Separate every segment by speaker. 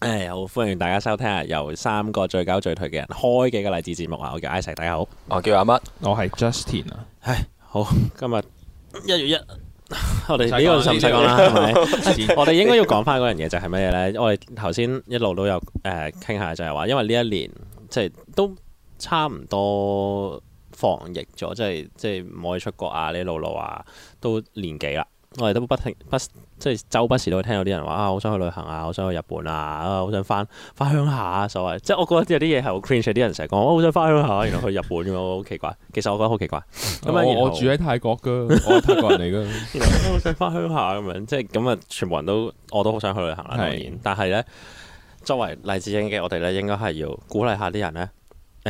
Speaker 1: 誒好歡迎大家收聽啊！由三個最搞最退嘅人開嘅一個勵志節目啊！我叫 Isaac，大家好。
Speaker 2: 我叫阿乜，
Speaker 3: 我係 Justin 啊，
Speaker 1: 唉，好，今日一月一，我哋呢個就唔使講啦，係咪？ 我哋應該要講翻嗰樣嘢就係乜嘢咧？我哋頭先一路都有誒傾下，就係話因為呢一年即係都差唔多防疫咗，即係即係唔可以出國啊，呢路路啊，都年幾啦。我哋都不停不即係周不時都會聽到啲人話啊，好想去旅行啊，好想去日本啊，啊好想翻翻鄉下啊，所謂即係我覺得有啲嘢係好 cringe，啲人成日講我啊好想翻鄉下，原來去日本咁樣好奇怪。其實我覺得好奇怪。咁啊，然
Speaker 3: 我
Speaker 1: 後
Speaker 3: 我住喺泰國噶，我係泰國人嚟噶，
Speaker 1: 然後好想翻鄉下咁樣，即係咁啊，全部人都我都好想去旅行啦，
Speaker 3: 係
Speaker 1: 當然。但係咧，作為勵志英嘅我哋咧，應該係要鼓勵下啲人咧，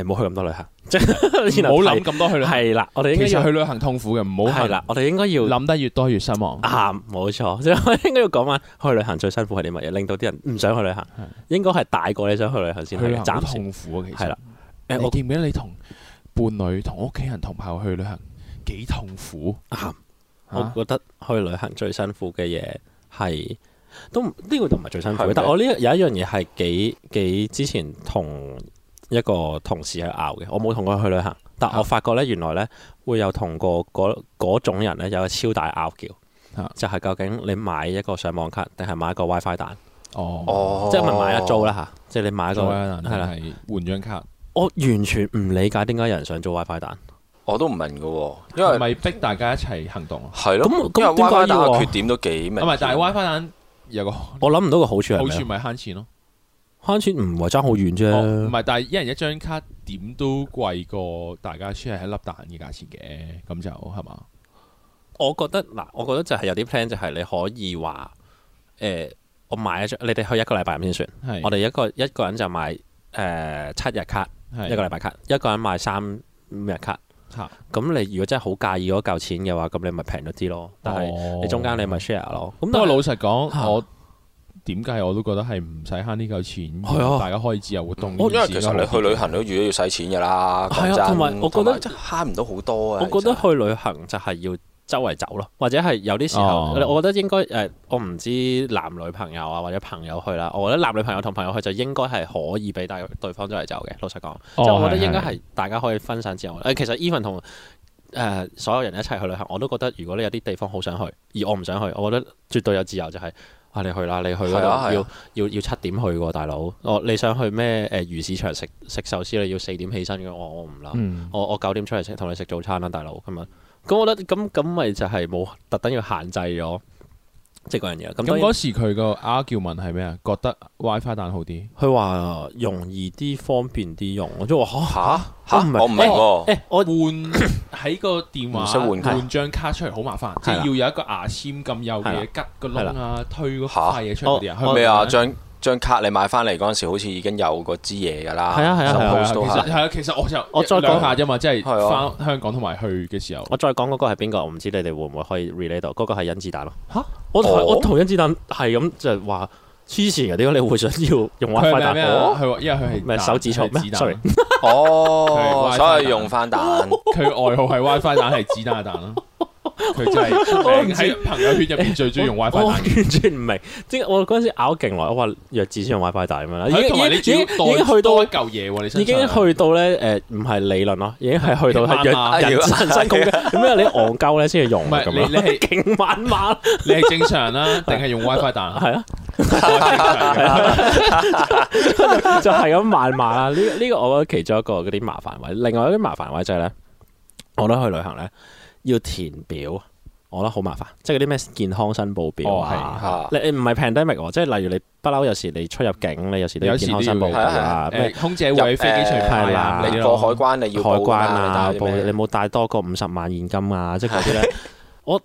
Speaker 1: 誒唔好去咁多旅行， 即啊係然後
Speaker 3: 唔好諗
Speaker 1: 提
Speaker 3: 咁多去旅行。
Speaker 1: 係啦，我哋應該
Speaker 3: 其實
Speaker 1: 要啊
Speaker 3: 去旅行痛苦嘅，唔好
Speaker 1: 係
Speaker 3: 係
Speaker 1: 啦，我哋應該要
Speaker 3: 諗得越多越失望。
Speaker 1: 啊，冇錯， 即係我應該要講翻去旅行最辛苦係啲乜嘢，令到啲人唔想去旅行
Speaker 3: 係，
Speaker 1: 應該係大個你想去旅行先
Speaker 3: 去
Speaker 1: 係
Speaker 3: 旅
Speaker 1: 嘅，
Speaker 3: 行好
Speaker 1: 暫時
Speaker 3: 痛苦啊，其
Speaker 1: 係
Speaker 3: 實
Speaker 1: 啦。誒
Speaker 3: 你
Speaker 1: 我
Speaker 3: 記唔記得你同伴侶、同屋企人、同朋友去旅行幾痛苦
Speaker 1: 啊我
Speaker 3: 啊？
Speaker 1: 覺得去旅行最辛苦嘅嘢係都唔呢個都唔係最辛苦
Speaker 2: 係
Speaker 1: 嘅
Speaker 2: 咩，
Speaker 1: 但我呢有一樣嘢係幾幾之前同一個同事去拗嘅，我冇同佢去旅行，但
Speaker 3: 啊
Speaker 1: 我發覺咧原來咧會有同過嗰嗰種人咧有個超大拗撬
Speaker 3: 啊，
Speaker 1: 就係究竟你買一個上網卡定係買一個 WiFi 蛋，
Speaker 3: 哦，
Speaker 2: 哦
Speaker 1: 即係咪買一租啦吓，即係你買一個
Speaker 3: 做啊，
Speaker 1: 係啦，
Speaker 3: 係換張卡，
Speaker 1: 我完全唔理解點解有人想租 WiFi 蛋，
Speaker 2: 我都唔明嘅喎，因
Speaker 3: 係
Speaker 2: 為
Speaker 3: 咪逼大家一齊行動啊？
Speaker 2: 係咯，
Speaker 1: 咁咁
Speaker 2: 因為
Speaker 1: 點解
Speaker 2: WiFi 打
Speaker 1: 要啊
Speaker 2: 嘅缺點都幾明
Speaker 3: 唔
Speaker 2: 顯。哦
Speaker 3: 係，但係 WiFi 蛋有個好
Speaker 1: 我諗唔到個好處係咩
Speaker 3: 處
Speaker 1: 咯？
Speaker 3: 咪慳錢咯。
Speaker 1: 慳錢唔係爭好遠啫，
Speaker 3: 哦唔係，但係一人一張卡點都貴過大家 share 一粒蛋嘅價錢嘅，咁就係嘛？
Speaker 1: 我覺得嗱，我覺得就係有啲 plan 就係你可以話誒、我買一張，你哋去一個禮拜咁先算。
Speaker 3: 係
Speaker 1: 我哋一個一個人就買誒、七日卡，
Speaker 3: 係
Speaker 1: 一個禮拜卡，一個人買三五日卡。
Speaker 3: 嚇
Speaker 1: 咁你如果真係好介意嗰嚿錢嘅話，咁你咪平咗啲咯。但係
Speaker 3: 係
Speaker 1: 你中間你咪 share 咯。咁但
Speaker 3: 不過
Speaker 1: 係
Speaker 3: 哦老實講，
Speaker 1: 嚇
Speaker 3: 我點解我都覺得係唔使慳呢嚿錢，
Speaker 1: 係啊
Speaker 3: 大家可以自由活動呢
Speaker 2: 因
Speaker 3: 件事
Speaker 2: 為
Speaker 3: 咯。
Speaker 2: 其實你去旅行都預咗要使錢㗎啦，
Speaker 1: 係啊
Speaker 2: 講真
Speaker 1: 同埋我覺得
Speaker 2: 同埋慳唔到好多啊。
Speaker 1: 我覺得
Speaker 2: 其實
Speaker 1: 去旅行就係要周圍走咯，或者係有啲時候，
Speaker 3: 哦
Speaker 1: 我覺得應該誒、我唔知男女朋友啊或者朋友去啦，我覺得男女朋友同朋友去就應該係可以俾大對方周圍走嘅。老實講，
Speaker 3: 哦
Speaker 1: 即係我覺得應該係大家可以分散自由。誒，其實 even 同誒所有人一齊去旅行，我都覺得如果你有啲地方好想去，而我唔想去，我覺得絕對有自由就係、啊！你去啦，你去嗰
Speaker 2: 係啊係
Speaker 1: 度
Speaker 2: 啊
Speaker 1: 要要要七點去喎，大佬。我你想去咩誒魚市場食食壽司，你要四點起身嘅，我我唔啦。
Speaker 3: 嗯
Speaker 1: 我我九點出嚟食同你食早餐啦，大佬咁樣。咁我覺得咁咁咪就係冇特登要限制咗，即係嗰樣嘢。咁
Speaker 3: 咁
Speaker 1: 當然
Speaker 3: 嗰時佢個 argument 係咩啊？覺得 WiFi 蛋好啲，
Speaker 1: 佢話容易啲、方便啲用，我都話嚇
Speaker 2: 吓吓，
Speaker 1: 我唔明
Speaker 2: 我唔明喎，
Speaker 1: 誒我
Speaker 3: 換喺個電
Speaker 2: 唔
Speaker 3: 話
Speaker 2: 識換卡
Speaker 3: 換張卡出嚟好麻煩，即
Speaker 1: 係
Speaker 3: 係
Speaker 1: 啦
Speaker 3: 要有一個牙籤咁
Speaker 1: 係
Speaker 3: 幼嘅
Speaker 1: 啦
Speaker 3: 嘢，吉個窿啊，推嗰
Speaker 2: 嚇
Speaker 3: 塊嘢出嚟嗰啲啊
Speaker 1: 我
Speaker 3: 佢唔
Speaker 2: 咩
Speaker 3: 係
Speaker 2: 啊？
Speaker 3: 咧
Speaker 2: 張張卡你買翻嚟嗰陣時，好似已經有嗰支嘢㗎啦。
Speaker 1: 係啊係啊係啊
Speaker 3: 係啊
Speaker 2: suppose 都係
Speaker 3: 其實係啊，其實我就
Speaker 1: 我再講
Speaker 3: 兩下啫嘛，即係
Speaker 2: 係啊
Speaker 3: 翻香港同埋去嘅時候，
Speaker 1: 我再講嗰個係邊個，我唔知你哋會唔會可以 relate 到，嗰、個係甄子丹咯。
Speaker 3: 吓
Speaker 1: 我同
Speaker 2: 哦
Speaker 1: 我同甄子丹係咁就係話黐線嘅，點解你會想要用
Speaker 3: 佢
Speaker 1: WiFi
Speaker 3: 係咩
Speaker 1: 打
Speaker 3: 啊？
Speaker 1: 我？
Speaker 3: 佢話因為佢係
Speaker 1: 咩
Speaker 3: 蛋
Speaker 1: 手指
Speaker 3: 佢係
Speaker 1: 錯咩
Speaker 3: 子彈
Speaker 1: ？Sorry
Speaker 2: 哦，
Speaker 3: 佢係 WiFi
Speaker 2: 所以用翻蛋。
Speaker 3: 佢外號係 WiFi 蛋係子彈嘅蛋 咯。佢就係
Speaker 1: 我唔知
Speaker 3: 喺朋友圈入邊最中意用
Speaker 1: 我
Speaker 3: WiFi
Speaker 1: 我
Speaker 3: 蛋
Speaker 1: 完
Speaker 3: 嘅。
Speaker 1: 全唔明，即係我嗰陣時拗勁耐，我話弱智先用 WiFi 大咁樣啦，已經
Speaker 3: 係同埋你
Speaker 1: 已經
Speaker 3: 仲要
Speaker 1: 已經已經
Speaker 3: 袋
Speaker 1: 去到
Speaker 3: 多一嚿嘢喎，你身上
Speaker 1: 已經去到咧誒，唔係理論咯，已經係去到 係
Speaker 3: 慢慢
Speaker 1: 人
Speaker 2: 要
Speaker 1: 人人身攻擊， 咁因為你戇鳩咧先要用
Speaker 3: 唔
Speaker 1: 啊
Speaker 3: 係
Speaker 1: 咁
Speaker 3: 你
Speaker 1: 樣，
Speaker 3: 你係
Speaker 1: 勁慢 慢
Speaker 3: 你係正 常啦，定係用 WiFi 蛋啊？
Speaker 1: 係啊，
Speaker 3: 我係正常嘅
Speaker 1: 就係咁慢慢啦。呢呢個我覺得其中一個嗰啲麻煩位，另外一啲麻煩位就係咧，我覺得去旅行咧要填表，我覺得好麻煩，即係嗰啲咩健康申報表
Speaker 3: 哦
Speaker 1: 啊。
Speaker 2: 嚇
Speaker 1: 你你唔係 pandemic 喎，即係例如你不嬲，有時你出入境，你有時都要
Speaker 3: 有時
Speaker 1: 健
Speaker 3: 都
Speaker 1: 康申報表啊，咩
Speaker 3: 誒空姐會喺飛機上面派啊
Speaker 1: 入誒
Speaker 3: 嗰
Speaker 2: 你
Speaker 3: 啲
Speaker 2: 過
Speaker 3: 咯
Speaker 2: 海關你要
Speaker 1: 海
Speaker 2: 報㗎
Speaker 1: 關啊，
Speaker 2: 啦
Speaker 1: 報你冇帶多過五十萬現金啊，即係嗰啲咧，我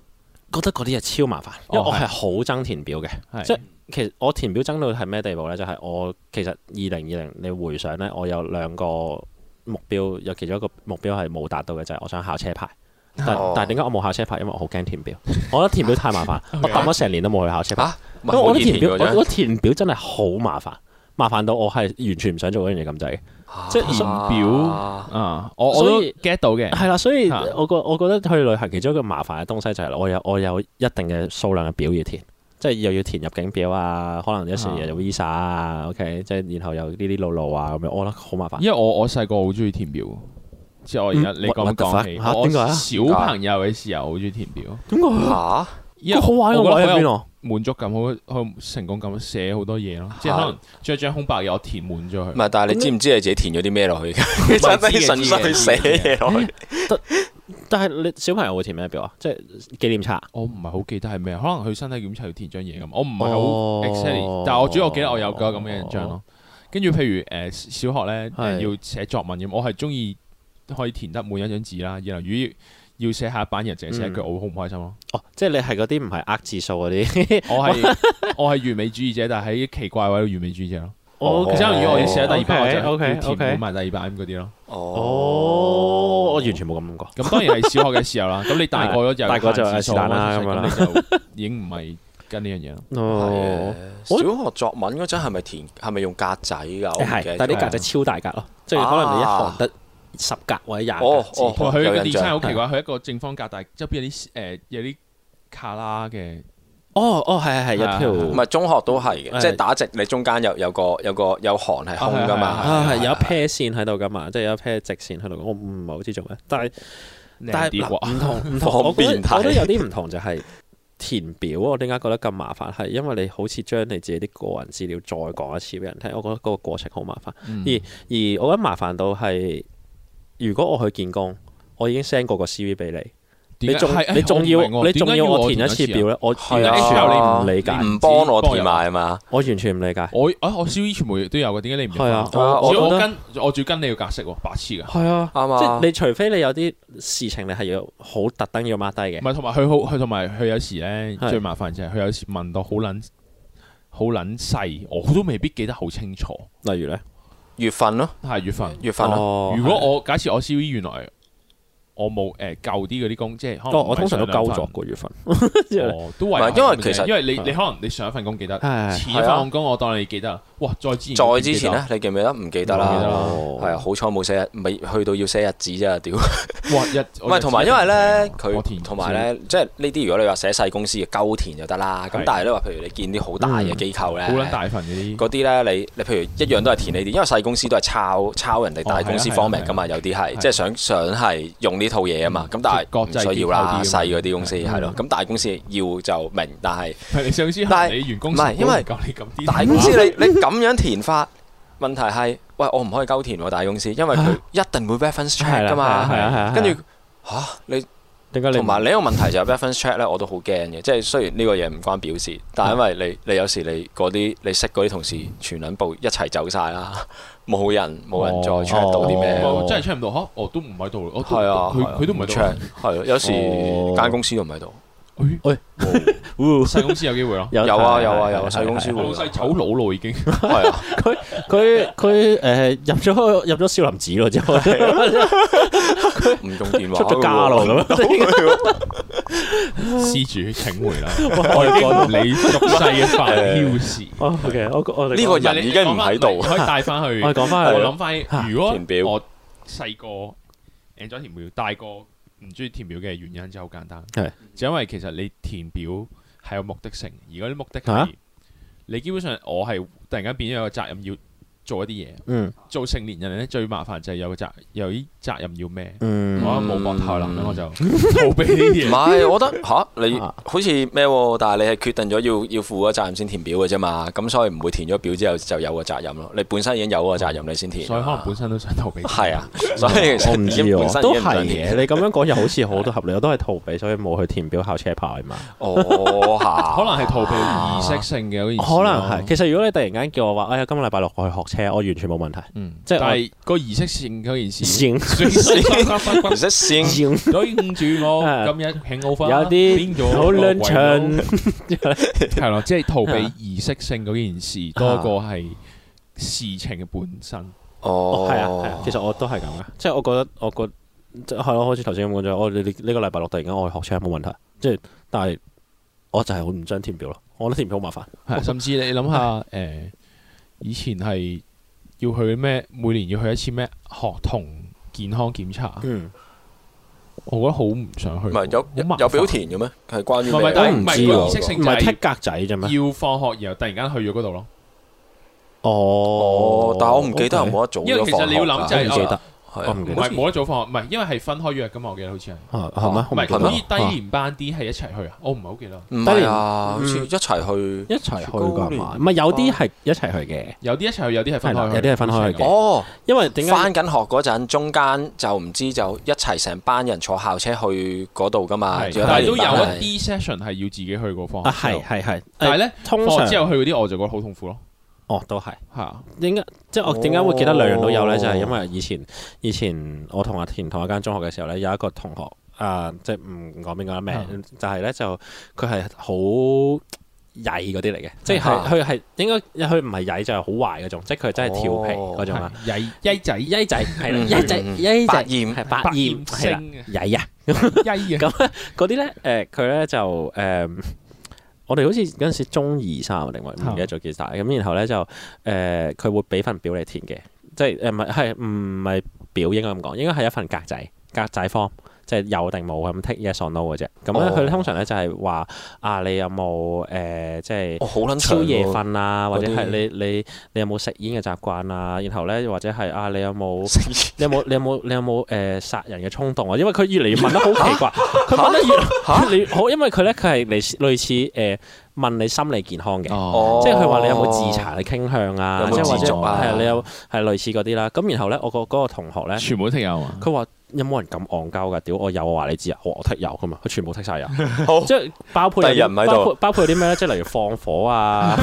Speaker 1: 覺得嗰啲嘢超麻煩，因為
Speaker 3: 哦
Speaker 1: 我係
Speaker 3: 係
Speaker 1: 好憎填表嘅。
Speaker 3: 係
Speaker 1: 即係其實我填表憎到係咩地步咧？就係、我其實二零二零你回想咧，我有兩個目標，有其中一個目標係冇達到嘅，就係、我想考車牌。但、
Speaker 2: 哦
Speaker 1: 但係點解我冇考車牌？因為我好驚填表，我覺得填表太 麻煩，我等咗成年都冇去考車牌。
Speaker 2: 嚇，
Speaker 1: 因為我覺得填表，
Speaker 2: 表
Speaker 1: 我覺得填表真係好麻煩，麻煩到我係完全唔想做嗰樣嘢咁滯。即
Speaker 2: 啊
Speaker 1: 係
Speaker 3: 表啊，我我都
Speaker 1: 所以
Speaker 3: get 到嘅。
Speaker 1: 係啦，所以
Speaker 3: 啊
Speaker 1: 我覺我覺得去旅行其中一個麻煩嘅東西就係我有我有一定嘅數量嘅表要填，即係又要填入境表啊，可能有時
Speaker 3: 啊
Speaker 1: 又有 visa 啊，OK，即係然後又呢啲路路啊咁樣，我覺得好麻煩。
Speaker 3: 因為我我細個好中意填表，即係我而家
Speaker 1: 嗯
Speaker 3: 你咁
Speaker 1: what- what the
Speaker 3: 講起，
Speaker 1: fuck？嚇
Speaker 3: 我
Speaker 1: 點解啊
Speaker 3: 小朋友嘅時候好中意填表，
Speaker 1: 點解
Speaker 2: 吓
Speaker 3: 因為
Speaker 1: 好玩嘅
Speaker 3: 我
Speaker 1: 位
Speaker 3: 覺得
Speaker 1: 喺
Speaker 3: 好
Speaker 1: 邊
Speaker 3: 有
Speaker 1: 啊？
Speaker 3: 滿足感，好好成功感，寫好多嘢咯，即係
Speaker 2: 嚇
Speaker 3: 可能將張空白嘅我填滿咗
Speaker 2: 唔
Speaker 3: 佢。
Speaker 2: 係，但係你知唔知你自己填咗啲咩落 去？真係純粹去寫嘢落去。
Speaker 1: 但係你小朋友會填咩表啊？即係紀念冊。
Speaker 3: 我唔係好記得係咩，可能佢身體檢查要填張嘢咁，我唔
Speaker 1: 哦
Speaker 3: 係好 exactly，但係我主要我記得我有個咁嘅印象咯。跟住譬如誒、呃小學咧、
Speaker 1: 係
Speaker 3: 呃要寫作文咁，我係中意可以填得滿一張紙啦，然後如果要要寫下一版人，淨係寫
Speaker 1: 嗯
Speaker 3: 一句，我會好唔開心咯。
Speaker 1: 哦，即係你係嗰啲唔係呃字數嗰啲。
Speaker 3: 我 係我係完美主義者，但係喺奇怪位度完美主義者咯。
Speaker 2: 哦
Speaker 3: 即係如果我要寫第二版，我就
Speaker 1: 哦 OK，OK，
Speaker 3: 要填
Speaker 1: OK
Speaker 3: 滿埋第二版嗰啲咯。
Speaker 2: 哦
Speaker 1: 哦，我完全冇咁諗過。
Speaker 3: 咁當然係小學嘅時 候啦。咁你大個咗就有
Speaker 1: 啊大個就
Speaker 3: 限
Speaker 1: 係
Speaker 3: 次
Speaker 1: 是
Speaker 3: 數啊
Speaker 1: 但啦
Speaker 3: 咁
Speaker 1: 咁樣啦
Speaker 3: 你就已經唔係跟呢樣嘢咯。
Speaker 1: 哦，
Speaker 2: 啊小學作文嗰陣係咪填係咪用格仔㗎？我唔記
Speaker 1: 係
Speaker 2: 得，
Speaker 1: 但係
Speaker 2: 咗
Speaker 1: 啲格仔超大格咯，即係可能你一行得十格或者廿格
Speaker 2: 啊哦
Speaker 1: 字。
Speaker 2: 哦
Speaker 3: 同埋佢
Speaker 2: 有
Speaker 3: 嘅
Speaker 2: 印象
Speaker 3: design 好奇怪，佢一個正方格，但係側邊有啲誒有啲卡拉嘅，
Speaker 1: 哦哦，係係係，有
Speaker 3: 啊係
Speaker 1: 條
Speaker 2: 唔係中學都係嘅，
Speaker 1: 係
Speaker 2: 即係打直你中間有有個有個有行係空㗎
Speaker 3: 啊係
Speaker 2: 嘛。
Speaker 1: 啊係有一 pair 線喺度噶嘛，即係有一 pair 直線喺度，我唔係好知做咩，但係但
Speaker 3: 靚啲
Speaker 1: 係
Speaker 3: 啩
Speaker 1: 嗱唔同唔 同，我覺
Speaker 2: 啊方便
Speaker 1: 得
Speaker 2: 睇
Speaker 1: 我覺得有啲唔同就係填表，我點解覺得咁麻煩係因為你好似將你自己啲個人資料再講一次俾人聽，我覺得嗰個過程好麻煩。
Speaker 3: 嗯
Speaker 1: 而我覺得麻煩到係，如果我去見工，我已經 send 過個 CV 俾你，你
Speaker 3: 點解
Speaker 1: 仲
Speaker 3: 係哎
Speaker 1: 你仲
Speaker 3: 我唔明
Speaker 1: 要
Speaker 3: 喎
Speaker 1: 你仲
Speaker 3: 點解
Speaker 1: 要
Speaker 3: 要
Speaker 1: 我填一次
Speaker 3: 次
Speaker 1: 表
Speaker 3: 啊？
Speaker 1: 咧，我
Speaker 2: 係
Speaker 1: 完全
Speaker 2: 啊，
Speaker 1: 唔理解，
Speaker 2: 唔幫我填埋係嘛？
Speaker 1: 我完全唔理解。
Speaker 3: 我啊我 C V 全部都有嘅，點解你唔用
Speaker 1: 係啊
Speaker 3: 啊
Speaker 2: 我
Speaker 3: 我
Speaker 1: 我覺
Speaker 3: 我
Speaker 1: 得
Speaker 3: 跟我仲要跟你個格式喎，白痴㗎。
Speaker 1: 係啊，
Speaker 2: 啱
Speaker 1: 即
Speaker 2: 啊
Speaker 1: 係。你除非你有啲事情你係要好特登要 mark 低嘅
Speaker 3: 唔。係，同埋佢好，佢同埋佢有時咧
Speaker 1: 係
Speaker 3: 最麻煩就係佢有時問到好撚好撚細，我都未必記得好清楚。
Speaker 1: 例如咧，
Speaker 2: 月份咯，
Speaker 3: 係月份。
Speaker 2: 月份咯。
Speaker 1: 哦
Speaker 3: 啊如果我假設我 CV 原來我冇誒舊啲嗰啲工，即係可能
Speaker 1: 哦我通常都
Speaker 3: 唔係上兩
Speaker 1: 鳩
Speaker 3: 份
Speaker 1: 作個月份，
Speaker 3: 哦，都為
Speaker 2: 唔係因為其實
Speaker 3: 因為你
Speaker 1: 係
Speaker 3: 你可能你上一份工記得，
Speaker 1: 係
Speaker 3: 前一
Speaker 2: 係
Speaker 3: 份
Speaker 2: 啊
Speaker 3: 工我當你記得，哇！再之前
Speaker 2: 再之前
Speaker 3: 咧
Speaker 2: 咧，，你記唔記得？唔記得
Speaker 3: 唔記得
Speaker 2: 啦
Speaker 3: 啦。
Speaker 2: 係啊，
Speaker 1: 係
Speaker 2: 好彩冇寫日，未去到要寫日子啫，屌！
Speaker 3: 哇！一
Speaker 2: 唔
Speaker 3: 唔
Speaker 2: 係同埋因為咧，
Speaker 3: 我填
Speaker 2: 佢同埋咧，即係呢啲如果你話寫細公司嘅鳩填就得啦。咁
Speaker 3: 係嗯
Speaker 2: 但係咧話，譬如你見啲好大嘅機構
Speaker 3: 好撚
Speaker 2: 咧，
Speaker 3: 大份嗰啲，
Speaker 2: 嗰啲咧你你譬如一樣都係填呢啲，因為細公司都係抄抄人哋大公司
Speaker 3: 哦係啊
Speaker 2: format 噶嘛，有啲係
Speaker 3: 係
Speaker 2: 即係想想係用呢套嘢啊嘛。咁但
Speaker 3: 即係國際
Speaker 2: 係唔需要啦，
Speaker 3: 機構啲咁啊嗯
Speaker 2: 細嗰啲公司
Speaker 3: 係
Speaker 2: 係咯。咁大公司要就明，但係
Speaker 3: 係你上司
Speaker 2: 但
Speaker 3: 係
Speaker 2: 係
Speaker 3: 你員工
Speaker 2: 唔係
Speaker 3: 成本
Speaker 2: 因為
Speaker 3: 夠你咁啲
Speaker 2: 大公司你你 咁樣填法，問題係喂我唔可以鳩填喎大公司，因為
Speaker 3: 啊
Speaker 2: 佢一定會 reference
Speaker 1: 係
Speaker 2: check
Speaker 1: 啦
Speaker 2: 噶嘛
Speaker 1: 係。啊係啊，
Speaker 2: 跟住吓你
Speaker 1: 點解你唔
Speaker 2: 同埋另一個問題就係 reference check 咧，我都好驚嘅。即係雖然呢個嘢唔關表示，但係因
Speaker 1: 嗯
Speaker 2: 為你你有時你嗰啲你識嗰啲同事全撚部一齊走晒啦， 冇人冇人再 check 到啲咩。
Speaker 1: 哦
Speaker 3: 我真係 check 唔到嚇，我都唔喺度，哦我都
Speaker 2: 係啊，
Speaker 3: 佢
Speaker 2: 係啊
Speaker 3: 佢都唔喺度
Speaker 2: check，係啊咯。有時
Speaker 1: 哦
Speaker 2: 間公司都唔 喺度，
Speaker 3: 哎
Speaker 1: 喂
Speaker 3: 哇
Speaker 1: 哦，
Speaker 3: 細公司有機會咯
Speaker 2: 有啊有 啊有
Speaker 1: 係
Speaker 2: 啊，
Speaker 1: 係
Speaker 2: 細公司
Speaker 1: 係
Speaker 2: 會
Speaker 3: 我老細走佬路已經，
Speaker 2: 係啊，
Speaker 1: 佢佢誒入咗入咗少林寺咯，之後
Speaker 2: 啊唔用電話
Speaker 1: 出咗家咯咁樣。
Speaker 2: 啊
Speaker 3: 施主請回 啦，
Speaker 1: 我哋講
Speaker 3: 你俗世嘅煩囂事。
Speaker 1: 哦，OK，我我哋
Speaker 2: 呢個人已經唔喺度
Speaker 3: 你可以帶 翻去。
Speaker 1: 我哋講翻
Speaker 3: 我
Speaker 1: 去
Speaker 3: 諗翻，如果
Speaker 2: 填表
Speaker 3: 我細個 enjoy 填表，大個唔中意填表嘅原因就好簡單，
Speaker 1: 係
Speaker 3: 就因為其實你填表係有目的性，而嗰啲目的
Speaker 1: 嚇
Speaker 3: 係你基本上我係突然間變咗有個責任要做一啲嘢，
Speaker 1: 嗯
Speaker 3: 做成年人咧最麻煩就係有個責有啲責任要咩，我
Speaker 1: 嗯
Speaker 3: 一冇膊頭諗咧 我就逃避呢啲
Speaker 2: 唔
Speaker 3: 嘢。
Speaker 2: 係，我覺得吓你
Speaker 1: 啊
Speaker 2: 好似咩喎？但係你係決定咗要要負嗰責任先填表嘅啫嘛，咁所以唔會填咗表之後就有個責任咯。你本身已經有個責任，你先填。
Speaker 3: 所以可能本身都想逃避，
Speaker 2: 係啊，所以
Speaker 1: 我唔知
Speaker 2: 本
Speaker 1: 喎，
Speaker 2: 身
Speaker 1: 都
Speaker 2: 已經唔
Speaker 1: 係
Speaker 2: 想填
Speaker 1: 嘅。你咁樣講又好似好多合理，我都係逃避，所以冇去填表考車牌 嘛。
Speaker 2: 哦，
Speaker 3: 可
Speaker 2: 嚇
Speaker 3: 能係逃避儀式性嘅嗰件事
Speaker 1: 可
Speaker 3: 咯
Speaker 1: 能係，其實如果你突然間叫我話，哎呀，今個禮拜六我去學車，我完全冇問題。
Speaker 3: 嗯，
Speaker 1: 即係我
Speaker 3: 但係個儀式性嗰件事，
Speaker 1: 型
Speaker 2: 唔使先
Speaker 1: 型
Speaker 3: 對唔住我
Speaker 1: 啊
Speaker 3: 今日慶奧花，
Speaker 1: 有啲
Speaker 3: 邊咗
Speaker 1: 好
Speaker 3: 個鬼
Speaker 1: 兩
Speaker 3: 佬
Speaker 1: 場，
Speaker 3: 係咯，即係逃避
Speaker 1: 啊
Speaker 3: 儀式性嗰件事多過係事情嘅本身。
Speaker 1: 哦
Speaker 2: 哦，
Speaker 1: 係啊係啊，其實我都係咁嘅，即係我覺得我覺即係係咯，好似頭先咁講咗，我你呢個禮拜六突然間我去學車冇問題，即係但係我就係好唔想填表咯，我覺得填表好麻煩。
Speaker 3: 係甚至你諗下，誒，以前係要去咩？每年要去一次咩學童健康檢查？
Speaker 1: 嗯，
Speaker 3: 我覺得好唔想去。
Speaker 2: 唔係有
Speaker 3: 好
Speaker 2: 有
Speaker 3: 麻煩
Speaker 2: 有表田嘅咩？係關於
Speaker 3: 唔係唔
Speaker 2: 咩
Speaker 3: 係但係
Speaker 1: 唔知
Speaker 3: 個
Speaker 1: 喎，
Speaker 3: 意識性
Speaker 1: 唔
Speaker 3: 就
Speaker 1: 係
Speaker 3: 係
Speaker 1: 剔格仔啫咩？
Speaker 3: 要放學，然後突然間去咗嗰度咯。
Speaker 1: 哦
Speaker 2: 哦，，但係我唔記得有冇一早
Speaker 3: 因為
Speaker 2: 咗
Speaker 3: 其實
Speaker 2: 放
Speaker 3: 你要諗
Speaker 1: 我
Speaker 3: 就係
Speaker 1: 唔記得
Speaker 2: 係
Speaker 1: 我
Speaker 2: 啊
Speaker 1: 唔
Speaker 3: 唔
Speaker 1: 記
Speaker 3: 係
Speaker 1: 得
Speaker 3: 冇得早放學，唔係因為係分開約噶嘛，我記得好似係。
Speaker 1: 啊係咩？
Speaker 3: 唔係
Speaker 1: 我唔
Speaker 3: 好
Speaker 1: 記
Speaker 3: 似
Speaker 1: 得啦
Speaker 3: 低年班啲係一齊去啊，我唔係好記得。
Speaker 2: 唔係啊，好似一齊去。
Speaker 1: 啊一齊去㗎嘛？唔係有啲係一齊去嘅，
Speaker 3: 有啲一齊去，有啲係分
Speaker 1: 係
Speaker 3: 開
Speaker 1: 啦
Speaker 3: 去，
Speaker 1: 有啲係分開去嘅
Speaker 2: 哦，
Speaker 1: 因為點解
Speaker 2: 翻緊學嗰陣，中間就唔知就一齊成班人坐校車去嗰度噶嘛。
Speaker 3: 係
Speaker 2: 仲有
Speaker 3: 但係都有
Speaker 2: 第二班
Speaker 3: 一啲 session 係要自己去嗰方。
Speaker 1: 啊？係係係，
Speaker 3: 但係
Speaker 1: 誒
Speaker 3: 咧，
Speaker 1: 通
Speaker 3: 放學之
Speaker 1: 常
Speaker 3: 後去嗰啲我就覺得好痛苦咯。
Speaker 1: 哦都係。哦
Speaker 3: 係啊，
Speaker 1: 點解即係我點解會記得兩樣都有咧？
Speaker 2: 哦
Speaker 1: 就係因為以前以前我同阿田同一間中學嘅時候咧，有一個同學啊、即係唔講邊個啦咩，
Speaker 3: 嗯
Speaker 1: 就係咧就佢係好曳嗰啲嚟嘅，即係
Speaker 2: 啊
Speaker 1: 佢係應該佢唔係曳就係好壞嗰種，即係佢真係調皮
Speaker 2: 哦
Speaker 1: 嗰種啦。
Speaker 3: 係曳曳仔
Speaker 1: 曳仔係啦，
Speaker 2: 嗯
Speaker 1: 曳仔
Speaker 2: 嗯
Speaker 1: 曳
Speaker 2: 百
Speaker 1: 仔
Speaker 2: 厭
Speaker 1: 係百厭係啦，
Speaker 3: 星啊，
Speaker 1: 曳啊！
Speaker 3: 曳
Speaker 1: 咁啊
Speaker 3: 嘅。
Speaker 1: 嗰啲咧，誒佢咧就誒、我哋好似嗰陣時中二三啊定係唔記得咗幾大咁，然後咧就誒佢、會俾份表你填嘅，即係誒唔係係唔係表應該咁講，應該係一份格仔格仔 form，即係有定冇咁 tick yes or no 嘅啫。咁咧
Speaker 2: 哦
Speaker 1: 佢通常咧就係話啊，你有冇誒、即係
Speaker 2: 哦，好撚長
Speaker 1: 超
Speaker 2: 喎
Speaker 1: 夜瞓啊，或者
Speaker 2: 嗰啲
Speaker 1: 係你你你有冇食煙嘅習慣啊？然後咧或者係啊，你有冇？
Speaker 2: 嚇
Speaker 1: 你有冇你有冇你有冇誒殺人嘅衝動啊？因為佢越嚟越問得好奇 怪，佢問得 越越嚟越好，因為佢咧佢係類似類似誒問你心理健康嘅，
Speaker 3: 哦，
Speaker 1: 即係佢話你有冇自殘嘅傾向啊，
Speaker 2: 有
Speaker 1: 即
Speaker 2: 冇
Speaker 1: 係或
Speaker 2: 自
Speaker 1: 者
Speaker 2: 足啊
Speaker 1: 係你有係類似嗰啲啦。咁然後咧，我個嗰個同學咧，
Speaker 3: 全部都聽有啊。
Speaker 1: 佢話有冇人咁戇鳩㗎？屌我有我話你知啊，我我剔有㗎嘛，佢全部剔 晒有。
Speaker 2: 好
Speaker 1: 即係包括有
Speaker 2: 第二日
Speaker 1: 啲
Speaker 2: 唔喺度
Speaker 1: 包括包括有啲咩咧？即係例如放火 啊，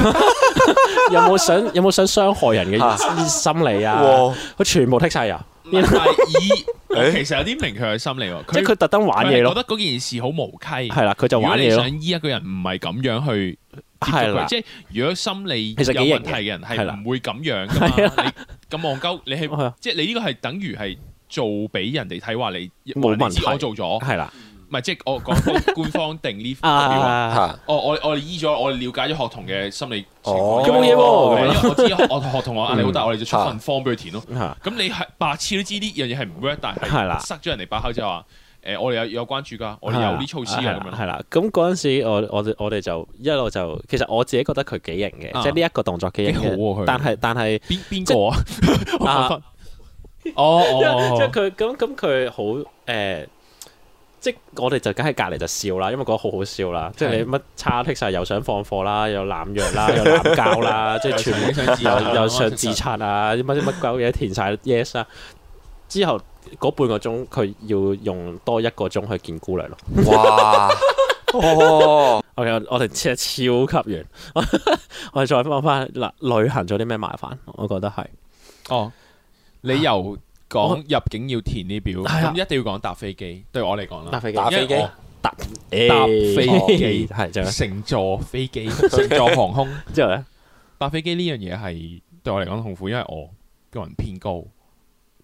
Speaker 1: 有冇想有冇想傷害人嘅心理啊？
Speaker 2: 哇
Speaker 1: 佢全部剔晒有，
Speaker 3: 但係以
Speaker 2: 誒
Speaker 3: 其實有啲明佢嘅心理喎，
Speaker 1: 啊即係佢特登玩嘢
Speaker 3: 係
Speaker 1: 咯
Speaker 3: 覺。得嗰件事好無稽。
Speaker 1: 係啦，佢就玩嘢
Speaker 3: 如
Speaker 1: 咯
Speaker 3: 果，你想醫一個人唔係咁樣去接觸
Speaker 1: 係啦
Speaker 3: 佢，即係如果心理
Speaker 1: 其實幾
Speaker 3: 有
Speaker 1: 型嘅
Speaker 3: 問題嘅人
Speaker 1: 係啦啊
Speaker 3: 係唔會咁樣噶嘛。你咁戇鳩，你
Speaker 1: 係
Speaker 3: 係
Speaker 1: 啊
Speaker 3: 即係你呢個係等於係做俾人哋睇話你
Speaker 1: 冇
Speaker 3: 話你
Speaker 1: 問
Speaker 3: 知
Speaker 1: 題
Speaker 3: 我做咗，
Speaker 1: 哦係啦，
Speaker 3: 唔係即係我講官方定呢個表啊。
Speaker 1: 啊，
Speaker 3: 哦，我我哋醫咗，我哋了解咗學童嘅心理情
Speaker 2: 哦
Speaker 3: 況。
Speaker 1: 佢冇嘢喎
Speaker 3: 因為我知我學 童我壓力好大，我哋就出
Speaker 2: 啊
Speaker 3: 份 form 俾佢填咯。
Speaker 1: 嚇
Speaker 3: 咁你係白痴都知呢樣嘢係唔 work，但
Speaker 1: 係啦
Speaker 3: 係塞咗人哋把口就話誒，我哋有有關注㗎，我哋有啲措施
Speaker 1: 係
Speaker 3: 啊
Speaker 1: 啦
Speaker 3: 咁樣咯。
Speaker 1: 係啦，咁嗰陣時我我哋我哋就一路就，其實我自己覺得佢幾型嘅，
Speaker 3: 啊
Speaker 1: 即係呢一個動作幾型
Speaker 3: 幾好喎
Speaker 1: 嘅
Speaker 3: 佢，
Speaker 1: 但係但 係
Speaker 3: 邊邊個啊？我
Speaker 1: 啊
Speaker 3: 講翻哦
Speaker 1: 即係
Speaker 3: 哦，
Speaker 1: 佢咁咁佢好誒。即係我哋就梗係隔離就笑啦，因為覺得好好笑啦。即係你乜叉剔晒，又想放火啦，又濫藥啦，又濫交啦， 即係全部
Speaker 3: 想自
Speaker 1: 又又想自殺啊，乜乜乜鬼嘢填晒 yes 啊。之後嗰半個鐘佢要用多一個鐘去見姑娘咯。
Speaker 2: 哇！哦，
Speaker 1: OK，我我哋真係超級遠。 我哋再翻翻嗱，旅行咗啲咩麻煩？我覺得係
Speaker 3: 哦，你由
Speaker 1: 我
Speaker 3: 講入境要填呢表，
Speaker 1: 係啊
Speaker 3: 咁一定要講搭飛機。對我嚟講啦，
Speaker 1: 搭飛機
Speaker 2: 打飛
Speaker 3: 因為
Speaker 2: 機
Speaker 3: 我
Speaker 1: 搭
Speaker 3: 飛機
Speaker 1: 係就係
Speaker 3: 乘坐飛機、乘坐航 空。
Speaker 1: 之後咧
Speaker 3: 搭飛機呢樣嘢係對我嚟講痛苦，因為我個人偏高，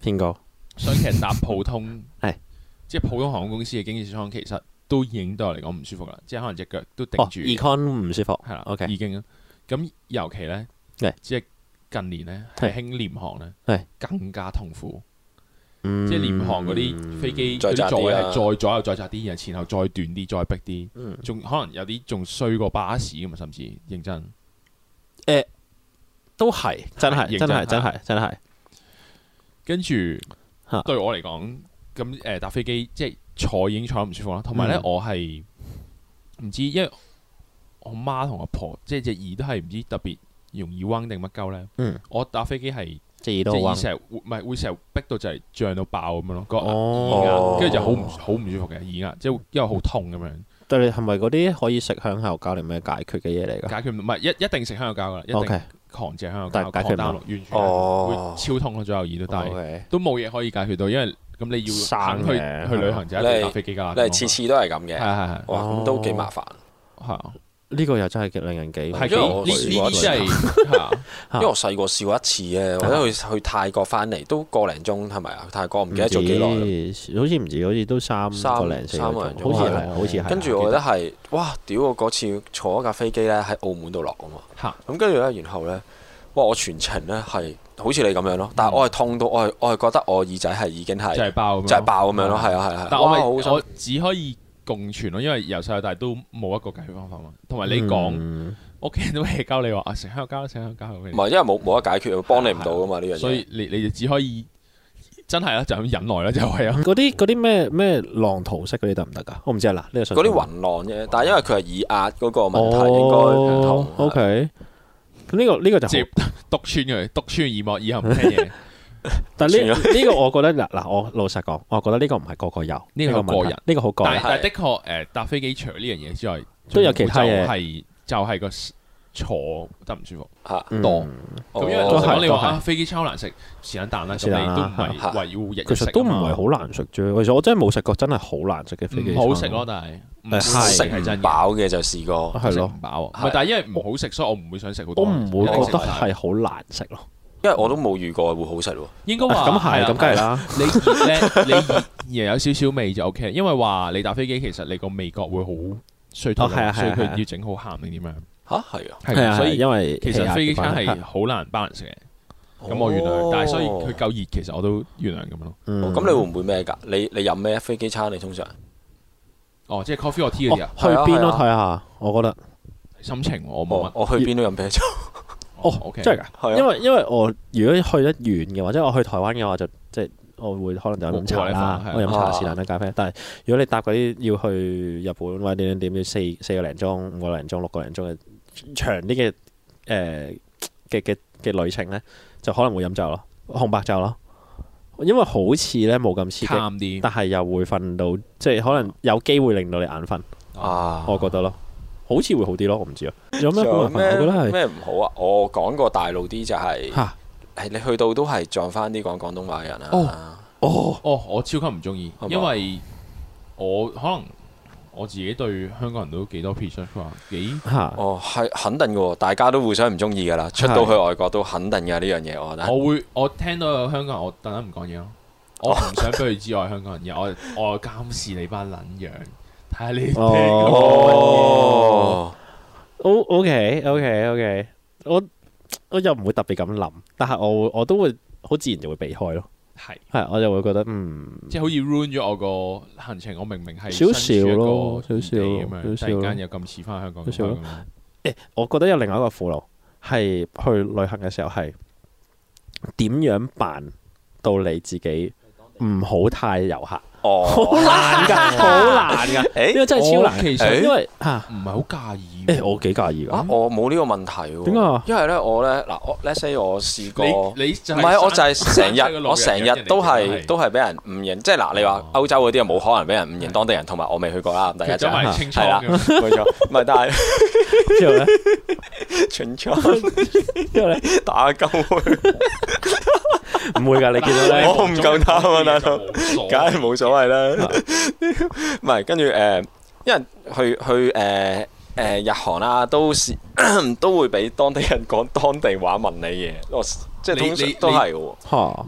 Speaker 1: 邊個？
Speaker 3: 所以其實搭普通
Speaker 1: 係
Speaker 3: 即係普通航空公司嘅經濟艙，其實都已經對我嚟講唔舒服啦，即係可能隻腳都
Speaker 1: 哦
Speaker 3: 頂住，係
Speaker 1: ，econ 唔舒服，
Speaker 3: 啦
Speaker 1: OK
Speaker 3: 已經啊。咁尤其呢，
Speaker 1: 係
Speaker 3: 即係近年呢，
Speaker 1: 係
Speaker 3: 係興廉航呢
Speaker 1: 係，
Speaker 3: 更加痛苦，
Speaker 1: 嗯
Speaker 3: 即係廉航嗰啲飛機
Speaker 2: 再
Speaker 3: 嗰
Speaker 2: 窄
Speaker 3: 啲
Speaker 2: 啲
Speaker 3: 座位係
Speaker 2: 啊
Speaker 3: 再左右再窄啲，然後前後再短啲，再逼
Speaker 1: 嗯
Speaker 3: 啲，仲可能有啲仲衰過巴士咁啊，甚至認真。
Speaker 1: 都係真係真
Speaker 3: 認真
Speaker 1: 係
Speaker 3: 係
Speaker 1: 真係真係
Speaker 3: 跟住
Speaker 1: 嚇
Speaker 3: 對我嚟講，咁誒搭飛機即係坐已經坐得唔舒服啦。同埋咧
Speaker 1: 嗯，
Speaker 3: 我係唔知，因為我媽同我婆即係隻耳都係唔知特別容易彎定乜鳩咧。
Speaker 1: 嗯
Speaker 3: 我搭飛機係
Speaker 1: 即係耳
Speaker 3: 隻
Speaker 1: 都
Speaker 3: 耳
Speaker 1: 好
Speaker 3: 成日會唔係會成日逼到就係脹到爆咁樣咯，個
Speaker 1: 哦
Speaker 3: 耳壓，跟住就好唔好唔舒服嘅耳壓，即係因為好痛咁樣，
Speaker 1: 對你係咪嗰啲可以食香口膠定咩解決嘅嘢嚟㗎
Speaker 3: 解決唔唔係一一定食香口膠噶啦，一定
Speaker 1: ？OK
Speaker 3: 狂嚼香口
Speaker 1: 但
Speaker 3: 膠，
Speaker 1: 係解決
Speaker 3: 狂
Speaker 1: 唔到
Speaker 3: 打落完全
Speaker 2: 哦
Speaker 3: 會超痛咯，左右耳都，但係。
Speaker 1: OK，
Speaker 3: 都冇嘢可以解決到，因為咁你要肯
Speaker 1: 生嘅
Speaker 3: 去去旅行就一定要搭飛機㗎啦。
Speaker 2: 你係次次都係咁
Speaker 3: 啊
Speaker 2: 嘅，
Speaker 3: 係係
Speaker 2: 哇！咁都幾麻煩。
Speaker 3: 係係啊，
Speaker 1: 呢個又真係極令人幾
Speaker 3: 係
Speaker 2: 因為我
Speaker 3: 幾呢呢啲真係係啊
Speaker 2: 因為我細個試過一次嘅，我覺得去去泰國翻嚟都個零鐘係咪啊？去泰國唔記得咗幾耐啦。
Speaker 1: 耐，好似唔止，好似都三
Speaker 2: 三
Speaker 1: 個零四個
Speaker 2: 三個
Speaker 1: 鐘
Speaker 2: 零，
Speaker 1: 好
Speaker 2: 鐘
Speaker 1: 似
Speaker 3: 係
Speaker 1: 係，啊嗯好似係。
Speaker 2: 跟住我覺得係，哇！屌我嗰次坐一架飛機咧喺澳門度落啊嘛，
Speaker 3: 嚇
Speaker 2: 咁跟住咧，然後咧哇！我全程咧係好似你咁樣咯，但係我係痛到我係我係覺得我耳仔係已經係
Speaker 3: 嗯就係爆咁樣，
Speaker 2: 就係爆咁樣咯，係啊係啊，
Speaker 3: 但
Speaker 2: 係啊
Speaker 3: 我
Speaker 2: 哇
Speaker 3: 咪
Speaker 2: 好想
Speaker 3: 我只可以共存咯，因為由細到大都冇一個解決方法嘛。同埋你講
Speaker 1: 嗯
Speaker 3: 屋企人都係教你話啊，食香蕉啦，食香蕉啦咁
Speaker 2: 唔
Speaker 3: 樣
Speaker 2: 係因為冇冇得解決，幫你唔到噶嘛呢樣嘢。
Speaker 3: 所以你你就只可以真係啦，就咁忍耐啦，就係啊。
Speaker 1: 嗰啲嗰啲咩咩浪淘式嗰啲得唔得噶？我唔知啊，嗱呢個信
Speaker 2: 嗰啲雲浪啫，但係因為佢係耳壓嗰個問題，應該唔
Speaker 1: 哦
Speaker 2: 同。
Speaker 1: ，OK。咁呢個呢個就好
Speaker 3: 接督穿佢，督穿耳膜，以後唔 聽嘢。
Speaker 1: 但呢
Speaker 2: 全
Speaker 1: 呢個我覺得嗱 嗱，我老實講，我覺得呢個唔係個個有
Speaker 3: 呢個
Speaker 1: 個問
Speaker 3: 個
Speaker 1: 題
Speaker 3: 人，
Speaker 1: 呢個好個
Speaker 3: 但
Speaker 1: 人
Speaker 3: 係但係的確誒，搭飛機除咗呢樣嘢之外，
Speaker 1: 都有其他嘢
Speaker 3: 就係就係個坐得唔舒服。
Speaker 2: 嚇，
Speaker 1: 嗯
Speaker 3: 當咁因為
Speaker 2: 哦
Speaker 3: 老實講，你
Speaker 1: 都係
Speaker 3: 話啊飛機餐好難食，是但蛋啦，咁
Speaker 1: 是但
Speaker 3: 你
Speaker 1: 啦
Speaker 3: 都唔係
Speaker 2: 嚇
Speaker 3: 維護日日
Speaker 1: 其
Speaker 3: 食
Speaker 1: 實
Speaker 3: 啊
Speaker 1: 都唔
Speaker 3: 嘛
Speaker 1: 係好難食啫。其實我真係冇食過真係好難食嘅飛機餐
Speaker 3: 唔好食咯，。但係唔
Speaker 1: 誒係
Speaker 3: 食
Speaker 2: 食
Speaker 3: 係真
Speaker 2: 唔
Speaker 3: 嘅。
Speaker 2: 飽嘅就試過。
Speaker 1: 係咯
Speaker 3: 食唔飽啊，
Speaker 2: 係
Speaker 3: 唔係，但係因為唔好食，所以我唔會想食好多。
Speaker 1: 我唔會覺得
Speaker 3: 係，
Speaker 1: 係好難食咯。
Speaker 2: 因為我都冇遇過會好食喎，
Speaker 3: 應該話
Speaker 1: 啊咁係，
Speaker 3: 啦
Speaker 1: 咁梗係。啦。
Speaker 3: 你熱咧，你熱又有少少味就 OK，因為話你搭飛機其實你個味覺會好衰退
Speaker 1: 哦係啊
Speaker 3: 㗎，所以
Speaker 1: 係啊係啊
Speaker 3: 佢要整好鹹定點樣？
Speaker 2: 吓？係啊，
Speaker 1: 係啊，
Speaker 3: 所
Speaker 1: 所
Speaker 3: 以
Speaker 1: 以因為
Speaker 3: 其
Speaker 1: 氣壓
Speaker 3: 實飛機餐
Speaker 1: 嘅關係啊
Speaker 3: 係好難 balance 嘅。咁我原
Speaker 2: 哦
Speaker 3: 諒，但係所以佢夠熱，其實我都原諒咁咯。
Speaker 1: 嗯
Speaker 2: 咁你會唔會咩㗎？你你飲咩飛機餐？你通常
Speaker 3: 哦，即係 coffee or tea 嗰啲
Speaker 1: 哦
Speaker 3: 啊，
Speaker 1: 去邊都睇下，我覺得
Speaker 3: 心情我冇
Speaker 2: 我
Speaker 3: 乜。
Speaker 2: 哦我去邊都飲啤 酒，
Speaker 1: 哦
Speaker 3: ，OK，，
Speaker 1: 真係㗎。
Speaker 2: 係
Speaker 1: 因
Speaker 2: 啊，
Speaker 1: 為因為我如果去得遠嘅話，即係我去台灣嘅話，就即係我會可能就飲茶啦
Speaker 3: 冇冇，
Speaker 1: 我
Speaker 3: 辦
Speaker 1: 飲
Speaker 2: 法
Speaker 1: 茶
Speaker 2: 係啊
Speaker 1: 是但啦咖啡。但係如果你搭嗰啲要去日本或者點點點，要四四個零鐘、五個零鐘、六個零鐘嘅長啲嘅誒嘅嘅嘅旅程咧，就可能會飲酒咯，紅白酒咯，因為好似咧冇咁刺激，
Speaker 3: calm 啲。
Speaker 1: 但係又會瞓到，即係可能有機會令到你眼瞓，
Speaker 2: 啊，
Speaker 1: 我覺得咯，好似會好啲咯，我唔知啊，哦有咩
Speaker 2: 仲
Speaker 1: 好
Speaker 2: 有
Speaker 1: 麻煩？我覺得
Speaker 2: 咩
Speaker 1: 係
Speaker 2: 咩唔好啊？我講個大路啲就係
Speaker 1: 嚇
Speaker 2: 係你去到都係撞翻啲講廣東話嘅人
Speaker 3: 哦
Speaker 2: 啊。
Speaker 1: 哦，
Speaker 3: 哦，我超級唔中意
Speaker 2: 係嘛，
Speaker 3: 因為我可能我自己對香港人都幾多 pitch 話幾
Speaker 1: 嚇
Speaker 2: 哦，係肯定嘅喎，大家都互相唔中意㗎啦，出到去外國都肯定嘅呢樣嘢，我覺得。
Speaker 3: 我會我聽到有香港人，我特登唔講嘢咯。我唔想俾佢知我係香港人，而我我監視你班撚樣，睇下你聽
Speaker 1: 哦
Speaker 2: 哦，
Speaker 1: O O K O K O K，我我又唔會特別咁諗，但係我會我都會好自然就會避開咯。
Speaker 3: 係
Speaker 1: 係，我就會覺得嗯，
Speaker 3: 即係好似 ruin 咗我個行程。我明明係
Speaker 1: 少少
Speaker 3: 身處一個
Speaker 1: 咯少少
Speaker 3: 異地咁樣，
Speaker 1: 少
Speaker 3: 突
Speaker 1: 少咯
Speaker 3: 然間又咁似翻香港咁
Speaker 1: 少少
Speaker 3: 樣
Speaker 1: 咯。誒，我覺得有另外一個苦惱係去旅行嘅時候係點樣扮到你自己唔好太遊客，
Speaker 2: 哦，
Speaker 1: 好難㗎，好難㗎，呢
Speaker 2: 誒，
Speaker 1: 個真係超難
Speaker 3: 我。其
Speaker 2: 誒
Speaker 3: 實
Speaker 1: 因為嚇
Speaker 3: 唔係好介意喎。
Speaker 1: 誒，我幾介意
Speaker 2: 啊
Speaker 1: 㗎，，
Speaker 2: 我冇呢個問題喎。
Speaker 1: 點解啊
Speaker 2: 因為咧，我咧嗱，我 let's say 我試過，唔
Speaker 3: 你你就
Speaker 2: 係我就係成
Speaker 3: 山西嘅
Speaker 2: 日，
Speaker 3: 路
Speaker 2: 我成日都
Speaker 3: 人
Speaker 2: 係
Speaker 3: 哋
Speaker 2: 都係俾人誤認，即係嗱，你話
Speaker 3: 哦
Speaker 2: 歐洲嗰啲啊冇可能俾人誤認當地人，同埋我未去過啦，第一
Speaker 3: 佢
Speaker 2: 啊就
Speaker 3: 走埋
Speaker 1: 係
Speaker 3: 清
Speaker 2: 係啦
Speaker 3: 倉咁，
Speaker 2: 冇錯，唔係但係
Speaker 1: 之後咧，
Speaker 2: 全倉
Speaker 1: 之後咧，
Speaker 2: 打鳩佢，
Speaker 1: 唔會㗎，你見到咧
Speaker 2: 我。唔夠膽啊大佬
Speaker 3: 佬
Speaker 2: 梗係冇所謂啦。唔係跟住誒，因為去去誒誒日韓啦，都是 都會俾當地人講 當地話問你嘢，我即係
Speaker 3: 你
Speaker 2: 通常
Speaker 3: 你
Speaker 2: 都係嘅喎。
Speaker 1: 嚇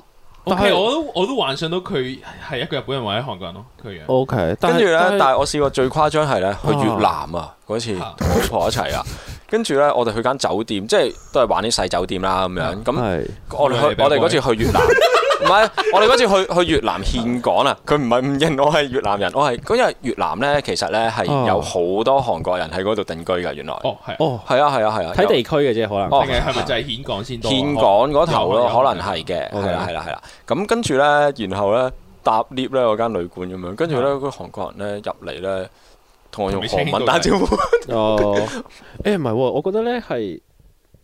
Speaker 3: 但
Speaker 1: 但
Speaker 3: 係
Speaker 1: 係
Speaker 3: 我都我都幻想到佢係一個日本人或者韓國人咯，佢樣。
Speaker 1: ，O K，
Speaker 2: 跟住咧，但係我試過最誇張係咧去越南啊，嗰次
Speaker 3: 啊
Speaker 2: 同我老婆一齊啊。跟住咧，我哋去間酒店，即係都係玩啲細酒店啦咁樣。咁
Speaker 1: 係
Speaker 2: 我哋
Speaker 3: 以為你
Speaker 2: 去
Speaker 3: 俾
Speaker 2: 我哋
Speaker 3: 人
Speaker 2: 嗰次去越 南，唔係我哋嗰次去去越南獻港啊！佢唔係唔認我係越南人，我係嗰因為越南咧，其實咧係
Speaker 1: 哦
Speaker 2: 有好多韓國人喺嗰度定居㗎，原來。
Speaker 3: 哦，係。
Speaker 1: 哦，
Speaker 2: 係啊係啊係啊，
Speaker 1: 睇地區嘅啫，可能
Speaker 2: 哦
Speaker 3: 定係係咪就係顯港先多？啊
Speaker 2: 獻港嗰頭
Speaker 3: 有
Speaker 2: 咯，
Speaker 3: 有
Speaker 2: 可能係嘅，
Speaker 1: OK
Speaker 2: 係啦係啦係啦。咁跟住咧，然後咧搭 lift 咧嗰間旅館咁樣，跟住咧嗰個韓國人咧入嚟咧，同我用韓文打招呼。
Speaker 1: 哦，誒唔係喎，我覺得咧係，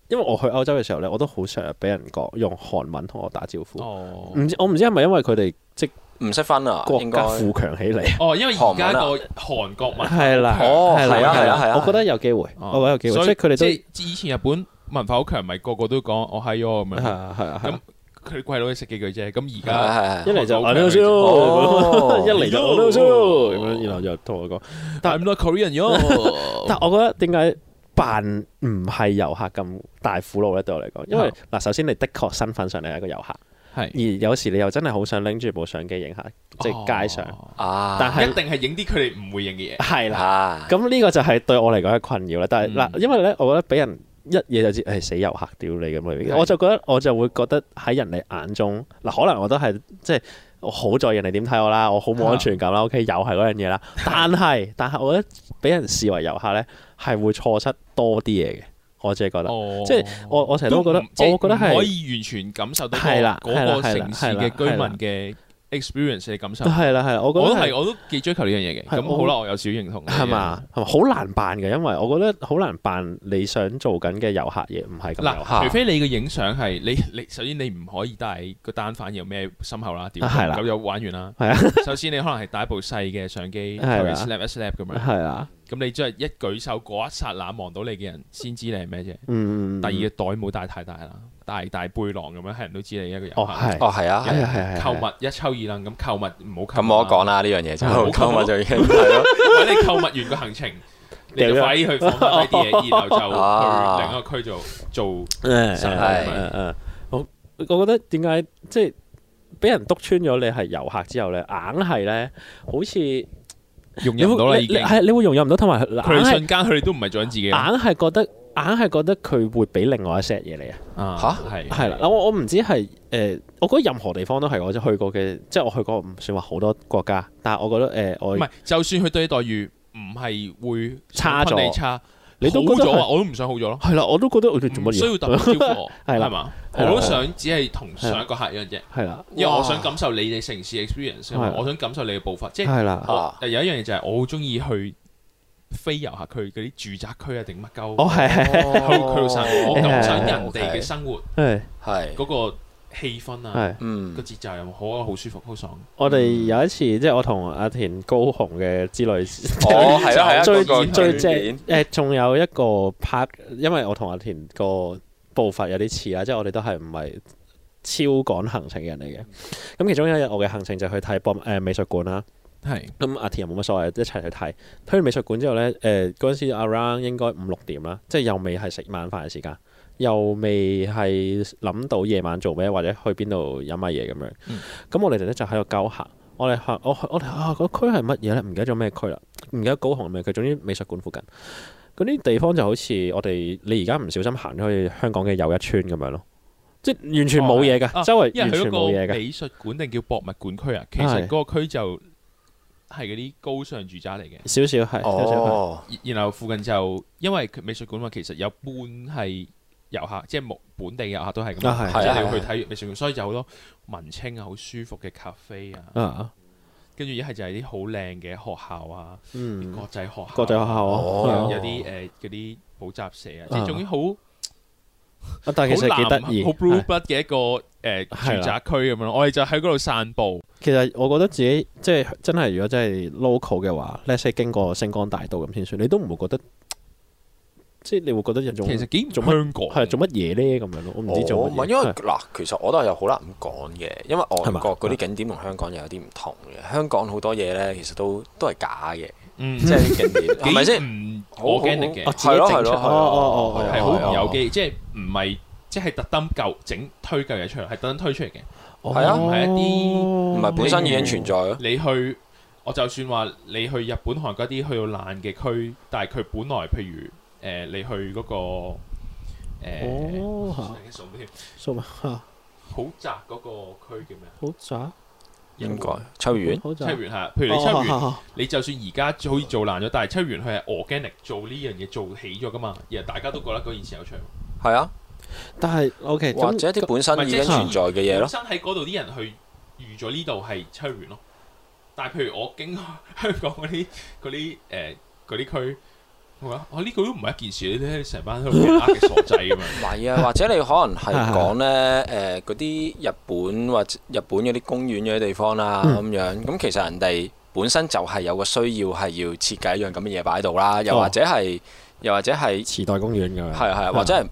Speaker 1: 因為我去歐洲嘅時候咧，我都好常俾人講用韓文同我打招呼。
Speaker 3: 哦
Speaker 1: 唔知我唔知係咪因為佢哋即
Speaker 2: 唔識分啊，
Speaker 1: 國
Speaker 2: 應該
Speaker 1: 家富強起嚟，
Speaker 3: 哦，因為而家
Speaker 2: 韓
Speaker 3: 個韓國文
Speaker 1: 係啦，
Speaker 2: 哦
Speaker 1: 係啦
Speaker 2: 係啊係啊係啊
Speaker 1: 我覺得有機會，我覺得有機會，所以佢哋都
Speaker 3: 即哦係以前日本文化好強，咪個個都講我係喎咁
Speaker 1: 係
Speaker 3: 樣。
Speaker 1: 啊係啊係啊，
Speaker 3: 佢哋鬼佬都識幾句啫，咁而
Speaker 2: 係
Speaker 3: 家
Speaker 2: 係
Speaker 1: 一
Speaker 2: 係。
Speaker 1: 嚟就
Speaker 3: 韓國
Speaker 1: 我都知
Speaker 2: 哦
Speaker 1: 一嚟就我都知咁樣，然後就同我講，但
Speaker 3: I'm not Korean yo。
Speaker 1: 但我覺得點解扮唔係遊客咁大苦惱咧？對我嚟講，因為嗱，首先你的確身份上你係一個遊客，而
Speaker 3: 係
Speaker 1: 有時你又真係好想拎住部相機影下，即係街 上。
Speaker 3: 哦
Speaker 2: 啊，
Speaker 1: 但係
Speaker 3: 一定係影啲佢哋唔會影嘅嘢。
Speaker 1: 係啦，
Speaker 2: 啊，
Speaker 3: 嗯
Speaker 1: 咁呢個就係對我嚟講嘅困擾啦。但係嗱，因為咧，我覺得俾人一嘢就知，誒、死遊客屌你咁
Speaker 3: 嗯
Speaker 1: 樣。我就覺得我就會覺得喺人哋眼中，嗱可能我都係即係我好在意人哋點睇我啦，我好冇安全感啦。OK，又
Speaker 3: 啊
Speaker 1: 係嗰樣嘢啦。
Speaker 3: 嗯
Speaker 1: 但係但係，我覺得俾人視為遊客咧，係會錯失多啲嘢嘅。我自己覺得，
Speaker 3: 哦
Speaker 1: 即係我我成日都覺得
Speaker 3: 唔即係
Speaker 1: 我覺得係
Speaker 3: 唔可以完全感受到
Speaker 1: 係
Speaker 3: 嗰
Speaker 1: 啦
Speaker 3: 個
Speaker 1: 係啦
Speaker 3: 嗰個
Speaker 1: 係啦
Speaker 3: 城市
Speaker 1: 係啦
Speaker 3: 嘅居民嘅 experience 你感受。
Speaker 1: 係啦係啦，我覺
Speaker 3: 我都
Speaker 1: 得
Speaker 3: 係，
Speaker 1: 係
Speaker 3: 我都幾追求呢樣嘢嘅。
Speaker 1: 係
Speaker 3: 咁
Speaker 1: 我
Speaker 3: 好啦，我有少少認同。
Speaker 1: 係嘛？係嘛？好難辦嘅，因為我覺得好難辦你想做緊嘅遊客嘢，唔係咁遊客。
Speaker 3: 嗱，除非你嘅影相係你你首先你唔可以帶個單反有咩深厚啦，屌
Speaker 1: 啊係啦
Speaker 3: 咁就玩完啦。
Speaker 1: 係啊，
Speaker 3: 首先你可能係帶一部細嘅相機，
Speaker 1: 係啦
Speaker 3: s n a p 一 snap 咁樣，
Speaker 1: 係啊，
Speaker 3: 咁你即係一舉手嗰一剎那望到你嘅人先知你係咩啫。
Speaker 1: 嗯。
Speaker 3: 第二個袋冇帶太大啦，帶大背囊咁樣，係人都知你一個遊
Speaker 1: 哦
Speaker 3: 客。
Speaker 1: 係，
Speaker 2: 哦，係啊，係
Speaker 1: 係
Speaker 2: 啊。
Speaker 1: 啊係係
Speaker 3: 購物一抽二楞咁購物唔好購物。啊
Speaker 2: 咁我講，啦，呢樣嘢
Speaker 1: 好
Speaker 2: 就購物就已經係咯。
Speaker 3: 或者你購物完個行程， 你就
Speaker 1: 掉咗
Speaker 3: 快啲去放低啲嘢，然後
Speaker 2: 啊
Speaker 3: 就去另一個區做做。
Speaker 1: 誒啊
Speaker 3: 實
Speaker 2: 係
Speaker 1: 誒誒，我我覺得點解即係俾人督穿咗你係遊客之後咧，硬係咧，好似你
Speaker 3: 融入唔到啦，
Speaker 1: 會
Speaker 3: 已經
Speaker 1: 你。係你會融入唔到，同埋硬
Speaker 3: 佢哋
Speaker 1: 係
Speaker 3: 瞬間佢哋都唔係做緊自己
Speaker 1: 硬係覺得。硬係覺得佢會俾另外一 set 嘢你啊，
Speaker 3: 啊，
Speaker 2: 嚇
Speaker 3: 係
Speaker 1: 係啦，嗱我我唔知係誒、呃我覺得任何地方都係我去過嘅，即係我去過唔算話好多國家，但係我覺得誒、呃
Speaker 3: 唔
Speaker 1: 我
Speaker 3: 係？就算佢對你待遇唔係會
Speaker 1: 差咗
Speaker 3: 想昆你差，
Speaker 1: 你都覺
Speaker 3: 好
Speaker 1: 得
Speaker 3: 咗啊，
Speaker 1: 係
Speaker 3: 我都唔想好咗咯，
Speaker 1: 係啦，我都覺得我哋做
Speaker 3: 唔
Speaker 1: 乜
Speaker 3: 需要
Speaker 1: 嘢
Speaker 3: 特別招呼我，
Speaker 1: 係啦
Speaker 3: 係嘛？
Speaker 1: 係
Speaker 3: 我
Speaker 1: 啦
Speaker 3: 都想只係同上一個客一樣啫，
Speaker 1: 係啦，
Speaker 3: 因為我
Speaker 2: 哇
Speaker 3: 想感受你哋城市 experience，啊嘛
Speaker 1: 係
Speaker 3: 我想感受你嘅步伐，即係啊
Speaker 1: 係啦，
Speaker 3: 我有一樣嘢就係我好中意去非遊客區嗰啲住宅區啊定乜鳩，
Speaker 1: 哦係係
Speaker 3: 去去到散步，我感想
Speaker 1: 係
Speaker 3: 人哋嘅生活
Speaker 1: 係
Speaker 2: 係，
Speaker 3: 嗰個氣氛啊，嗯
Speaker 1: 係。
Speaker 2: 嗯
Speaker 3: 個，節奏又好啊，好舒服，好爽。
Speaker 1: 我哋有一次即係我同阿田高雄嘅之旅，
Speaker 2: 哦，係啊，係啊，
Speaker 1: 最
Speaker 2: 嗰個
Speaker 1: 最
Speaker 2: 經
Speaker 1: 正
Speaker 2: 典
Speaker 1: 誒，仲有一個 part，因為我同阿田個步伐有啲似啦，即係我哋都係唔係超趕行程嘅人嚟嘅。咁其中一日我嘅行程就去睇博誒、美術館啦。
Speaker 3: 係
Speaker 1: 咁阿田又冇乜所謂，一齊去睇。去完美術館之後咧，誒嗰陣時 around 應該五六點啦，即係又未係食晚飯嘅時間，又未係諗到夜晚做咩或者去邊度飲下嘢咁樣。咁、
Speaker 3: 嗯
Speaker 1: 我哋咧就喺度鳩行。我哋行，我我哋啊，嗰區係乜嘢咧？唔記得咗咩區啦，唔記得高雄係咩區。總之美術館附近嗰啲地方就好似我哋你而家唔小心行咗去香港嘅又一村咁樣咯，即係完全冇嘢
Speaker 3: 哦係哦啊
Speaker 1: 㗎，周圍
Speaker 3: 因為
Speaker 1: 完
Speaker 3: 佢
Speaker 1: 全
Speaker 3: 嗰
Speaker 1: 冇嘢
Speaker 3: 個
Speaker 1: 㗎。
Speaker 3: 美術館定叫博物館區啊，其
Speaker 1: 係
Speaker 3: 實嗰個區就係嗰啲高尚住宅嚟嘅。
Speaker 1: 少少係，少少係，
Speaker 2: 哦，
Speaker 3: 然然後附近就因為佢美術館嘛，其實有半係遊客，即係木本地遊客都係咁
Speaker 1: 啊
Speaker 3: 啊，
Speaker 1: 係
Speaker 3: 即
Speaker 2: 係
Speaker 3: 係你
Speaker 2: 啊
Speaker 3: 要
Speaker 2: 係啊
Speaker 3: 去睇美術館，所以就好多文青啊，好舒服嘅咖啡啊，
Speaker 1: 啊，
Speaker 3: 跟住一係就係啲好靚嘅學校啊，
Speaker 1: 嗯，
Speaker 3: 國際學校啊，
Speaker 1: 國際學校
Speaker 2: 哦
Speaker 1: 啊
Speaker 3: 有
Speaker 1: 係啊
Speaker 3: 有啲誒嗰啲補習社啊，即
Speaker 1: 啊
Speaker 3: 係總之好
Speaker 1: 啊但係其實幾
Speaker 3: 好
Speaker 1: 得
Speaker 3: 藍
Speaker 1: 意，
Speaker 3: 好 blue
Speaker 1: 係
Speaker 3: blood 嘅一個誒
Speaker 1: 係啦
Speaker 3: 住宅區咁樣咯。我哋就喺嗰度散步。
Speaker 1: 其實我覺得自己即係真係，如果真係 local 嘅話，let's say 經過星光大道咁先算，你都唔會覺得，即係你會覺得有種
Speaker 3: 其實幾唔
Speaker 1: 做乜
Speaker 3: 香港，
Speaker 1: 係做乜嘢咧咁樣咯，我唔知
Speaker 2: 我
Speaker 1: 做
Speaker 2: 哦
Speaker 1: 乜
Speaker 2: 唔係
Speaker 1: 嘢。
Speaker 2: 因為
Speaker 1: 係
Speaker 2: 嗱，其實我都係有好難咁講嘅，因為
Speaker 1: 係
Speaker 2: 外
Speaker 1: 嘛
Speaker 2: 國嗰啲景點同香港又有啲唔同嘅。香港好多嘢咧，其實都都係假嘅，
Speaker 3: 嗯，
Speaker 2: 即係啲 景點
Speaker 1: 啊
Speaker 2: 係咪先？
Speaker 3: 唔
Speaker 2: 好
Speaker 1: 好
Speaker 3: organic 嘅
Speaker 1: 哦，自己
Speaker 2: 係咯
Speaker 1: 整
Speaker 2: 係
Speaker 1: 出
Speaker 2: 咯
Speaker 1: 哦哦哦
Speaker 2: 係啊
Speaker 3: 係
Speaker 2: 係
Speaker 3: 好
Speaker 2: 啊
Speaker 3: 唔有機，即係唔係即係特登舊整推舊嘢出嚟，係特登推出嚟嘅。
Speaker 1: 哦
Speaker 2: 係啊
Speaker 3: 唔係一啲
Speaker 2: 唔係本身已經存在咯。
Speaker 3: 你去我就算話你去日本、韓國啲去到爛嘅區，但係佢本來譬如誒、呃你去嗰、個誒，
Speaker 1: 哦嚇
Speaker 3: 已經數唔到添，
Speaker 1: 數碼嚇
Speaker 3: 好窄嗰個區叫咩啊？
Speaker 1: 好渣，
Speaker 2: 應該秋園
Speaker 1: 好
Speaker 3: 秋
Speaker 1: 渣。哦
Speaker 3: 園係啊，譬如你秋園，你就算而家好似做爛咗，但係秋園佢係 organic 做呢樣嘢做起咗噶嘛，然後大家都覺得嗰件事有趣。
Speaker 2: 係啊，
Speaker 1: 但係 OK，
Speaker 2: 或者
Speaker 1: 咁
Speaker 2: 啲本身已經存在嘅嘢
Speaker 3: 本
Speaker 2: 咯。
Speaker 3: 身喺嗰度啲人去預咗呢度係秋園咯。但係譬如我經過 香港嗰啲嗰啲誒嗰啲區，我話我呢個都唔係一件事，你睇成 班喺度俾人呃嘅傻仔咁樣。
Speaker 2: 唔 係啊，或者你可能係講咧誒嗰啲日本或者日本嗰啲公園嗰啲地方啦咁
Speaker 1: 嗯
Speaker 2: 樣，咁其實人哋本身就係有個需要係要設計一樣咁嘅嘢擺喺度啦，又
Speaker 1: 哦
Speaker 2: 或者係又或者係。
Speaker 1: 時代公園咁樣。
Speaker 2: 係係，或者係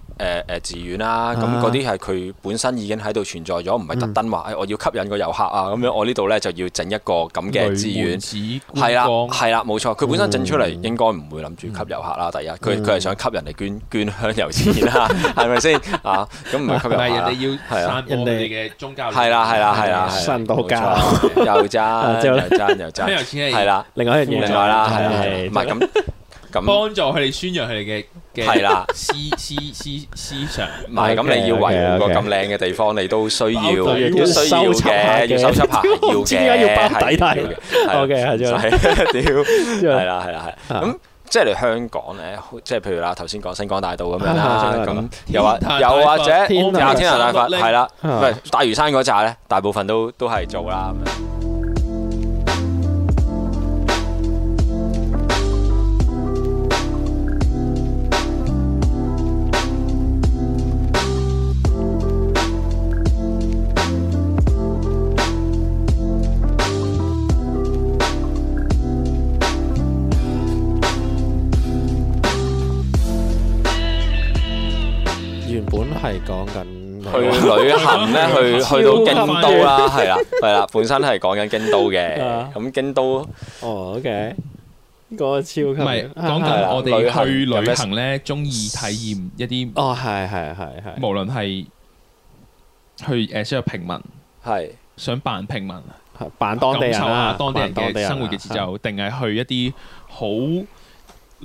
Speaker 2: 誒誒寺院啦，咁
Speaker 1: 嗯啊
Speaker 2: 嗰啲係佢本身已經喺度存在咗，唔係特登
Speaker 1: 嗯
Speaker 2: 話誒哎我要吸引個遊客啊，咁樣我呢度咧就要整一個咁嘅寺院。係
Speaker 3: 係
Speaker 2: 啦，
Speaker 3: 啦，
Speaker 2: 係啦，冇錯。佢本身整出嚟
Speaker 1: 嗯
Speaker 2: 應該唔會諗住吸遊客啦。第一，佢
Speaker 1: 嗯
Speaker 2: 佢係想吸人哋捐捐香油錢啦，係咪先啊？咁唔係吸
Speaker 3: 唔
Speaker 2: 遊
Speaker 3: 係
Speaker 2: 客啦，
Speaker 3: 人哋要散播佢哋嘅宗教理念。
Speaker 2: 係啦係啦係啦，
Speaker 1: 神道教
Speaker 2: 教又爭
Speaker 1: 之後
Speaker 2: 又
Speaker 1: 咧
Speaker 2: 爭又
Speaker 3: 香油
Speaker 2: 爭，
Speaker 3: 錢係
Speaker 2: 係啦，
Speaker 1: 另外一樣
Speaker 2: 另
Speaker 1: 嘢
Speaker 2: 外啦，係啦
Speaker 1: 係
Speaker 2: 唔係咁。
Speaker 1: 嗯
Speaker 2: 咁
Speaker 3: 幫助佢哋宣揚佢哋嘅
Speaker 2: 係
Speaker 3: 嘅
Speaker 2: 啦，
Speaker 3: 思思思思想。
Speaker 2: 唔係咁你要維護個
Speaker 1: OK，OK，OK
Speaker 2: 咁靚嘅地方，你都需要
Speaker 3: 包底
Speaker 2: 都需要
Speaker 1: 收集下
Speaker 2: 嘅，
Speaker 1: 嘅
Speaker 2: 要收輯下，
Speaker 1: 我唔知點解
Speaker 2: 嘅，
Speaker 1: 要包底但係
Speaker 2: 係要嘅係啦
Speaker 1: OK，係之後
Speaker 2: 係屌。
Speaker 1: 之後
Speaker 2: 係啦，係啦，係啦。
Speaker 1: 啊
Speaker 2: 咁即係嚟香港咧，即係譬如啦，頭先講新港大道咁樣
Speaker 1: 啊
Speaker 2: 啦，
Speaker 1: 新港
Speaker 2: 咁又或
Speaker 3: 天壇大
Speaker 2: 又或者
Speaker 3: 佛
Speaker 2: 又
Speaker 1: 天壇
Speaker 2: 天壇大佛係啦，唔
Speaker 1: 啊
Speaker 2: 係大嶼山嗰扎咧，大部分都都係做啦咁樣。
Speaker 1: 原本係講緊
Speaker 2: 去旅行咧，去
Speaker 1: 超
Speaker 2: 去到京
Speaker 3: 級
Speaker 2: 都啦，係啦，係啦，本身係講緊京都嘅
Speaker 1: 啊，
Speaker 2: 咁京都
Speaker 1: 哦，OK，嗰個超級
Speaker 3: 唔係
Speaker 2: 係
Speaker 3: 講
Speaker 2: 啦
Speaker 3: 緊我哋去
Speaker 2: 旅行有
Speaker 3: 旅
Speaker 2: 咩
Speaker 3: 行咧，中意體驗一啲，
Speaker 1: 哦，係係係係，
Speaker 3: 無論係去誒，即係平民
Speaker 2: 係
Speaker 3: 想扮平民，
Speaker 1: 扮當地
Speaker 3: 感
Speaker 1: 人
Speaker 3: 受下
Speaker 1: 啦，
Speaker 3: 當地人
Speaker 1: 扮當啊
Speaker 3: 嘅生活嘅節奏，定係去一啲好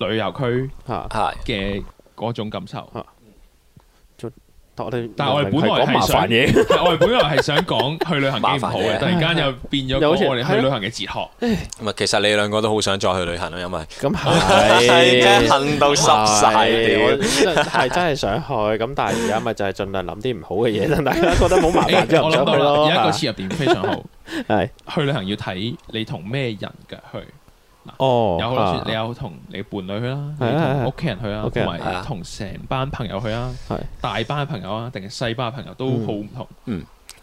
Speaker 3: 旅遊區
Speaker 1: 嚇。
Speaker 2: 係
Speaker 3: 嘅嗰種感受。
Speaker 1: 我哋
Speaker 3: 但係我哋
Speaker 1: 明明
Speaker 3: 本來
Speaker 1: 講麻
Speaker 3: 係想
Speaker 1: 煩嘢。
Speaker 3: 係 我哋本來係想講去旅行幾唔好
Speaker 2: 麻
Speaker 3: 嘅，
Speaker 2: 煩嘢
Speaker 3: 突然間又變咗
Speaker 1: 又好似
Speaker 3: 講我哋去旅行嘅哲學。
Speaker 2: 咁啊，其實你兩個都好想再去旅行咯，因為
Speaker 1: 咁 係，
Speaker 2: 恨到濕晒
Speaker 1: 我
Speaker 2: 屌。
Speaker 1: 係真係想去，咁但係而家咪就係盡量諗啲唔好嘅嘢，等大家覺得冇麻煩之
Speaker 3: 誒
Speaker 1: 後
Speaker 3: 我
Speaker 1: 唔想
Speaker 3: 諗
Speaker 1: 去
Speaker 3: 到啦，有
Speaker 1: 咯。
Speaker 3: 一個切入點非常好。
Speaker 1: 係
Speaker 3: 去旅行要睇你同咩人嘅去，
Speaker 1: 哦，
Speaker 3: 有可能你有同你伴侶去啦，
Speaker 1: 係
Speaker 3: 你
Speaker 1: 啊係啊
Speaker 3: 同屋企人去啦，
Speaker 1: 屋企人
Speaker 3: 同
Speaker 2: 係啊
Speaker 3: 埋同成班朋友去啦
Speaker 1: 係，嗯
Speaker 3: 大班嘅朋友啊，定係細班嘅朋友都好唔同。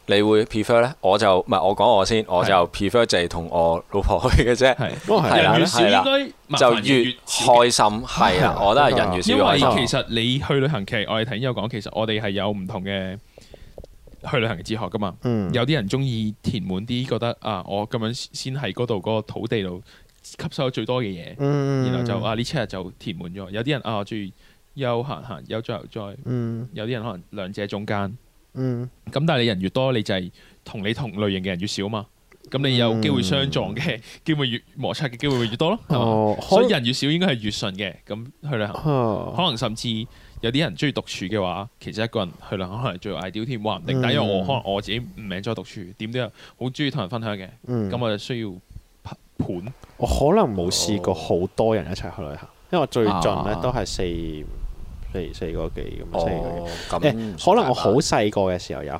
Speaker 2: 你會 prefer 咧？我就唔係我講我先，我就 prefer 就係同我老婆去嘅 啫。
Speaker 3: 係
Speaker 1: 哦係
Speaker 2: 係啦
Speaker 1: 啦
Speaker 3: 人越，少
Speaker 2: 係
Speaker 3: 應
Speaker 2: 啦
Speaker 3: 該麻
Speaker 2: 就
Speaker 3: 煩
Speaker 2: 越
Speaker 3: 少嘅
Speaker 2: 開心，係
Speaker 1: 係
Speaker 2: 啦
Speaker 1: 啊，
Speaker 2: 我覺得係人越少
Speaker 3: 因
Speaker 2: 越開
Speaker 3: 為
Speaker 2: 心。
Speaker 3: 其實你去旅行，其實我哋頭先有講，其實我哋係有唔同嘅去旅行嘅哲學噶嘛。
Speaker 1: 嗯，
Speaker 3: 有啲人中意填滿啲，覺得啊，我咁樣先喺嗰度嗰個土地度吸收最多嘅嘢，
Speaker 1: 嗯，
Speaker 3: 然後就啊呢七日就填滿咗。有啲人啊，我中意休閒行，有再又再，
Speaker 1: 嗯
Speaker 3: 有啲人可能兩者中間。
Speaker 1: 嗯
Speaker 3: 咁但係你人越多，你就係同你同類型嘅人越少嘛。咁你有機會相撞嘅機會越摩擦嘅機會會越多咯，係嘛？
Speaker 1: 哦，
Speaker 3: 所以
Speaker 1: 可
Speaker 3: 人越少應該係越順嘅，咁去旅行。可
Speaker 1: 哦
Speaker 3: 能甚至有啲人中意獨處嘅話，其實一個人去旅行可能最 ideal 添，話唔
Speaker 1: 嗯
Speaker 3: 定。但因為我可能我自己唔 enjoy 獨處，點都有好中意同人分享嘅，
Speaker 1: 嗯
Speaker 3: 咁我就需要拍盤。
Speaker 1: 我可能冇試過好多人一齊去旅行，因為我最盡咧
Speaker 2: 啊
Speaker 1: 都係四四四個幾咁，四個幾。
Speaker 2: 哦，咁
Speaker 1: 誒可能我好細個嘅時候有，誒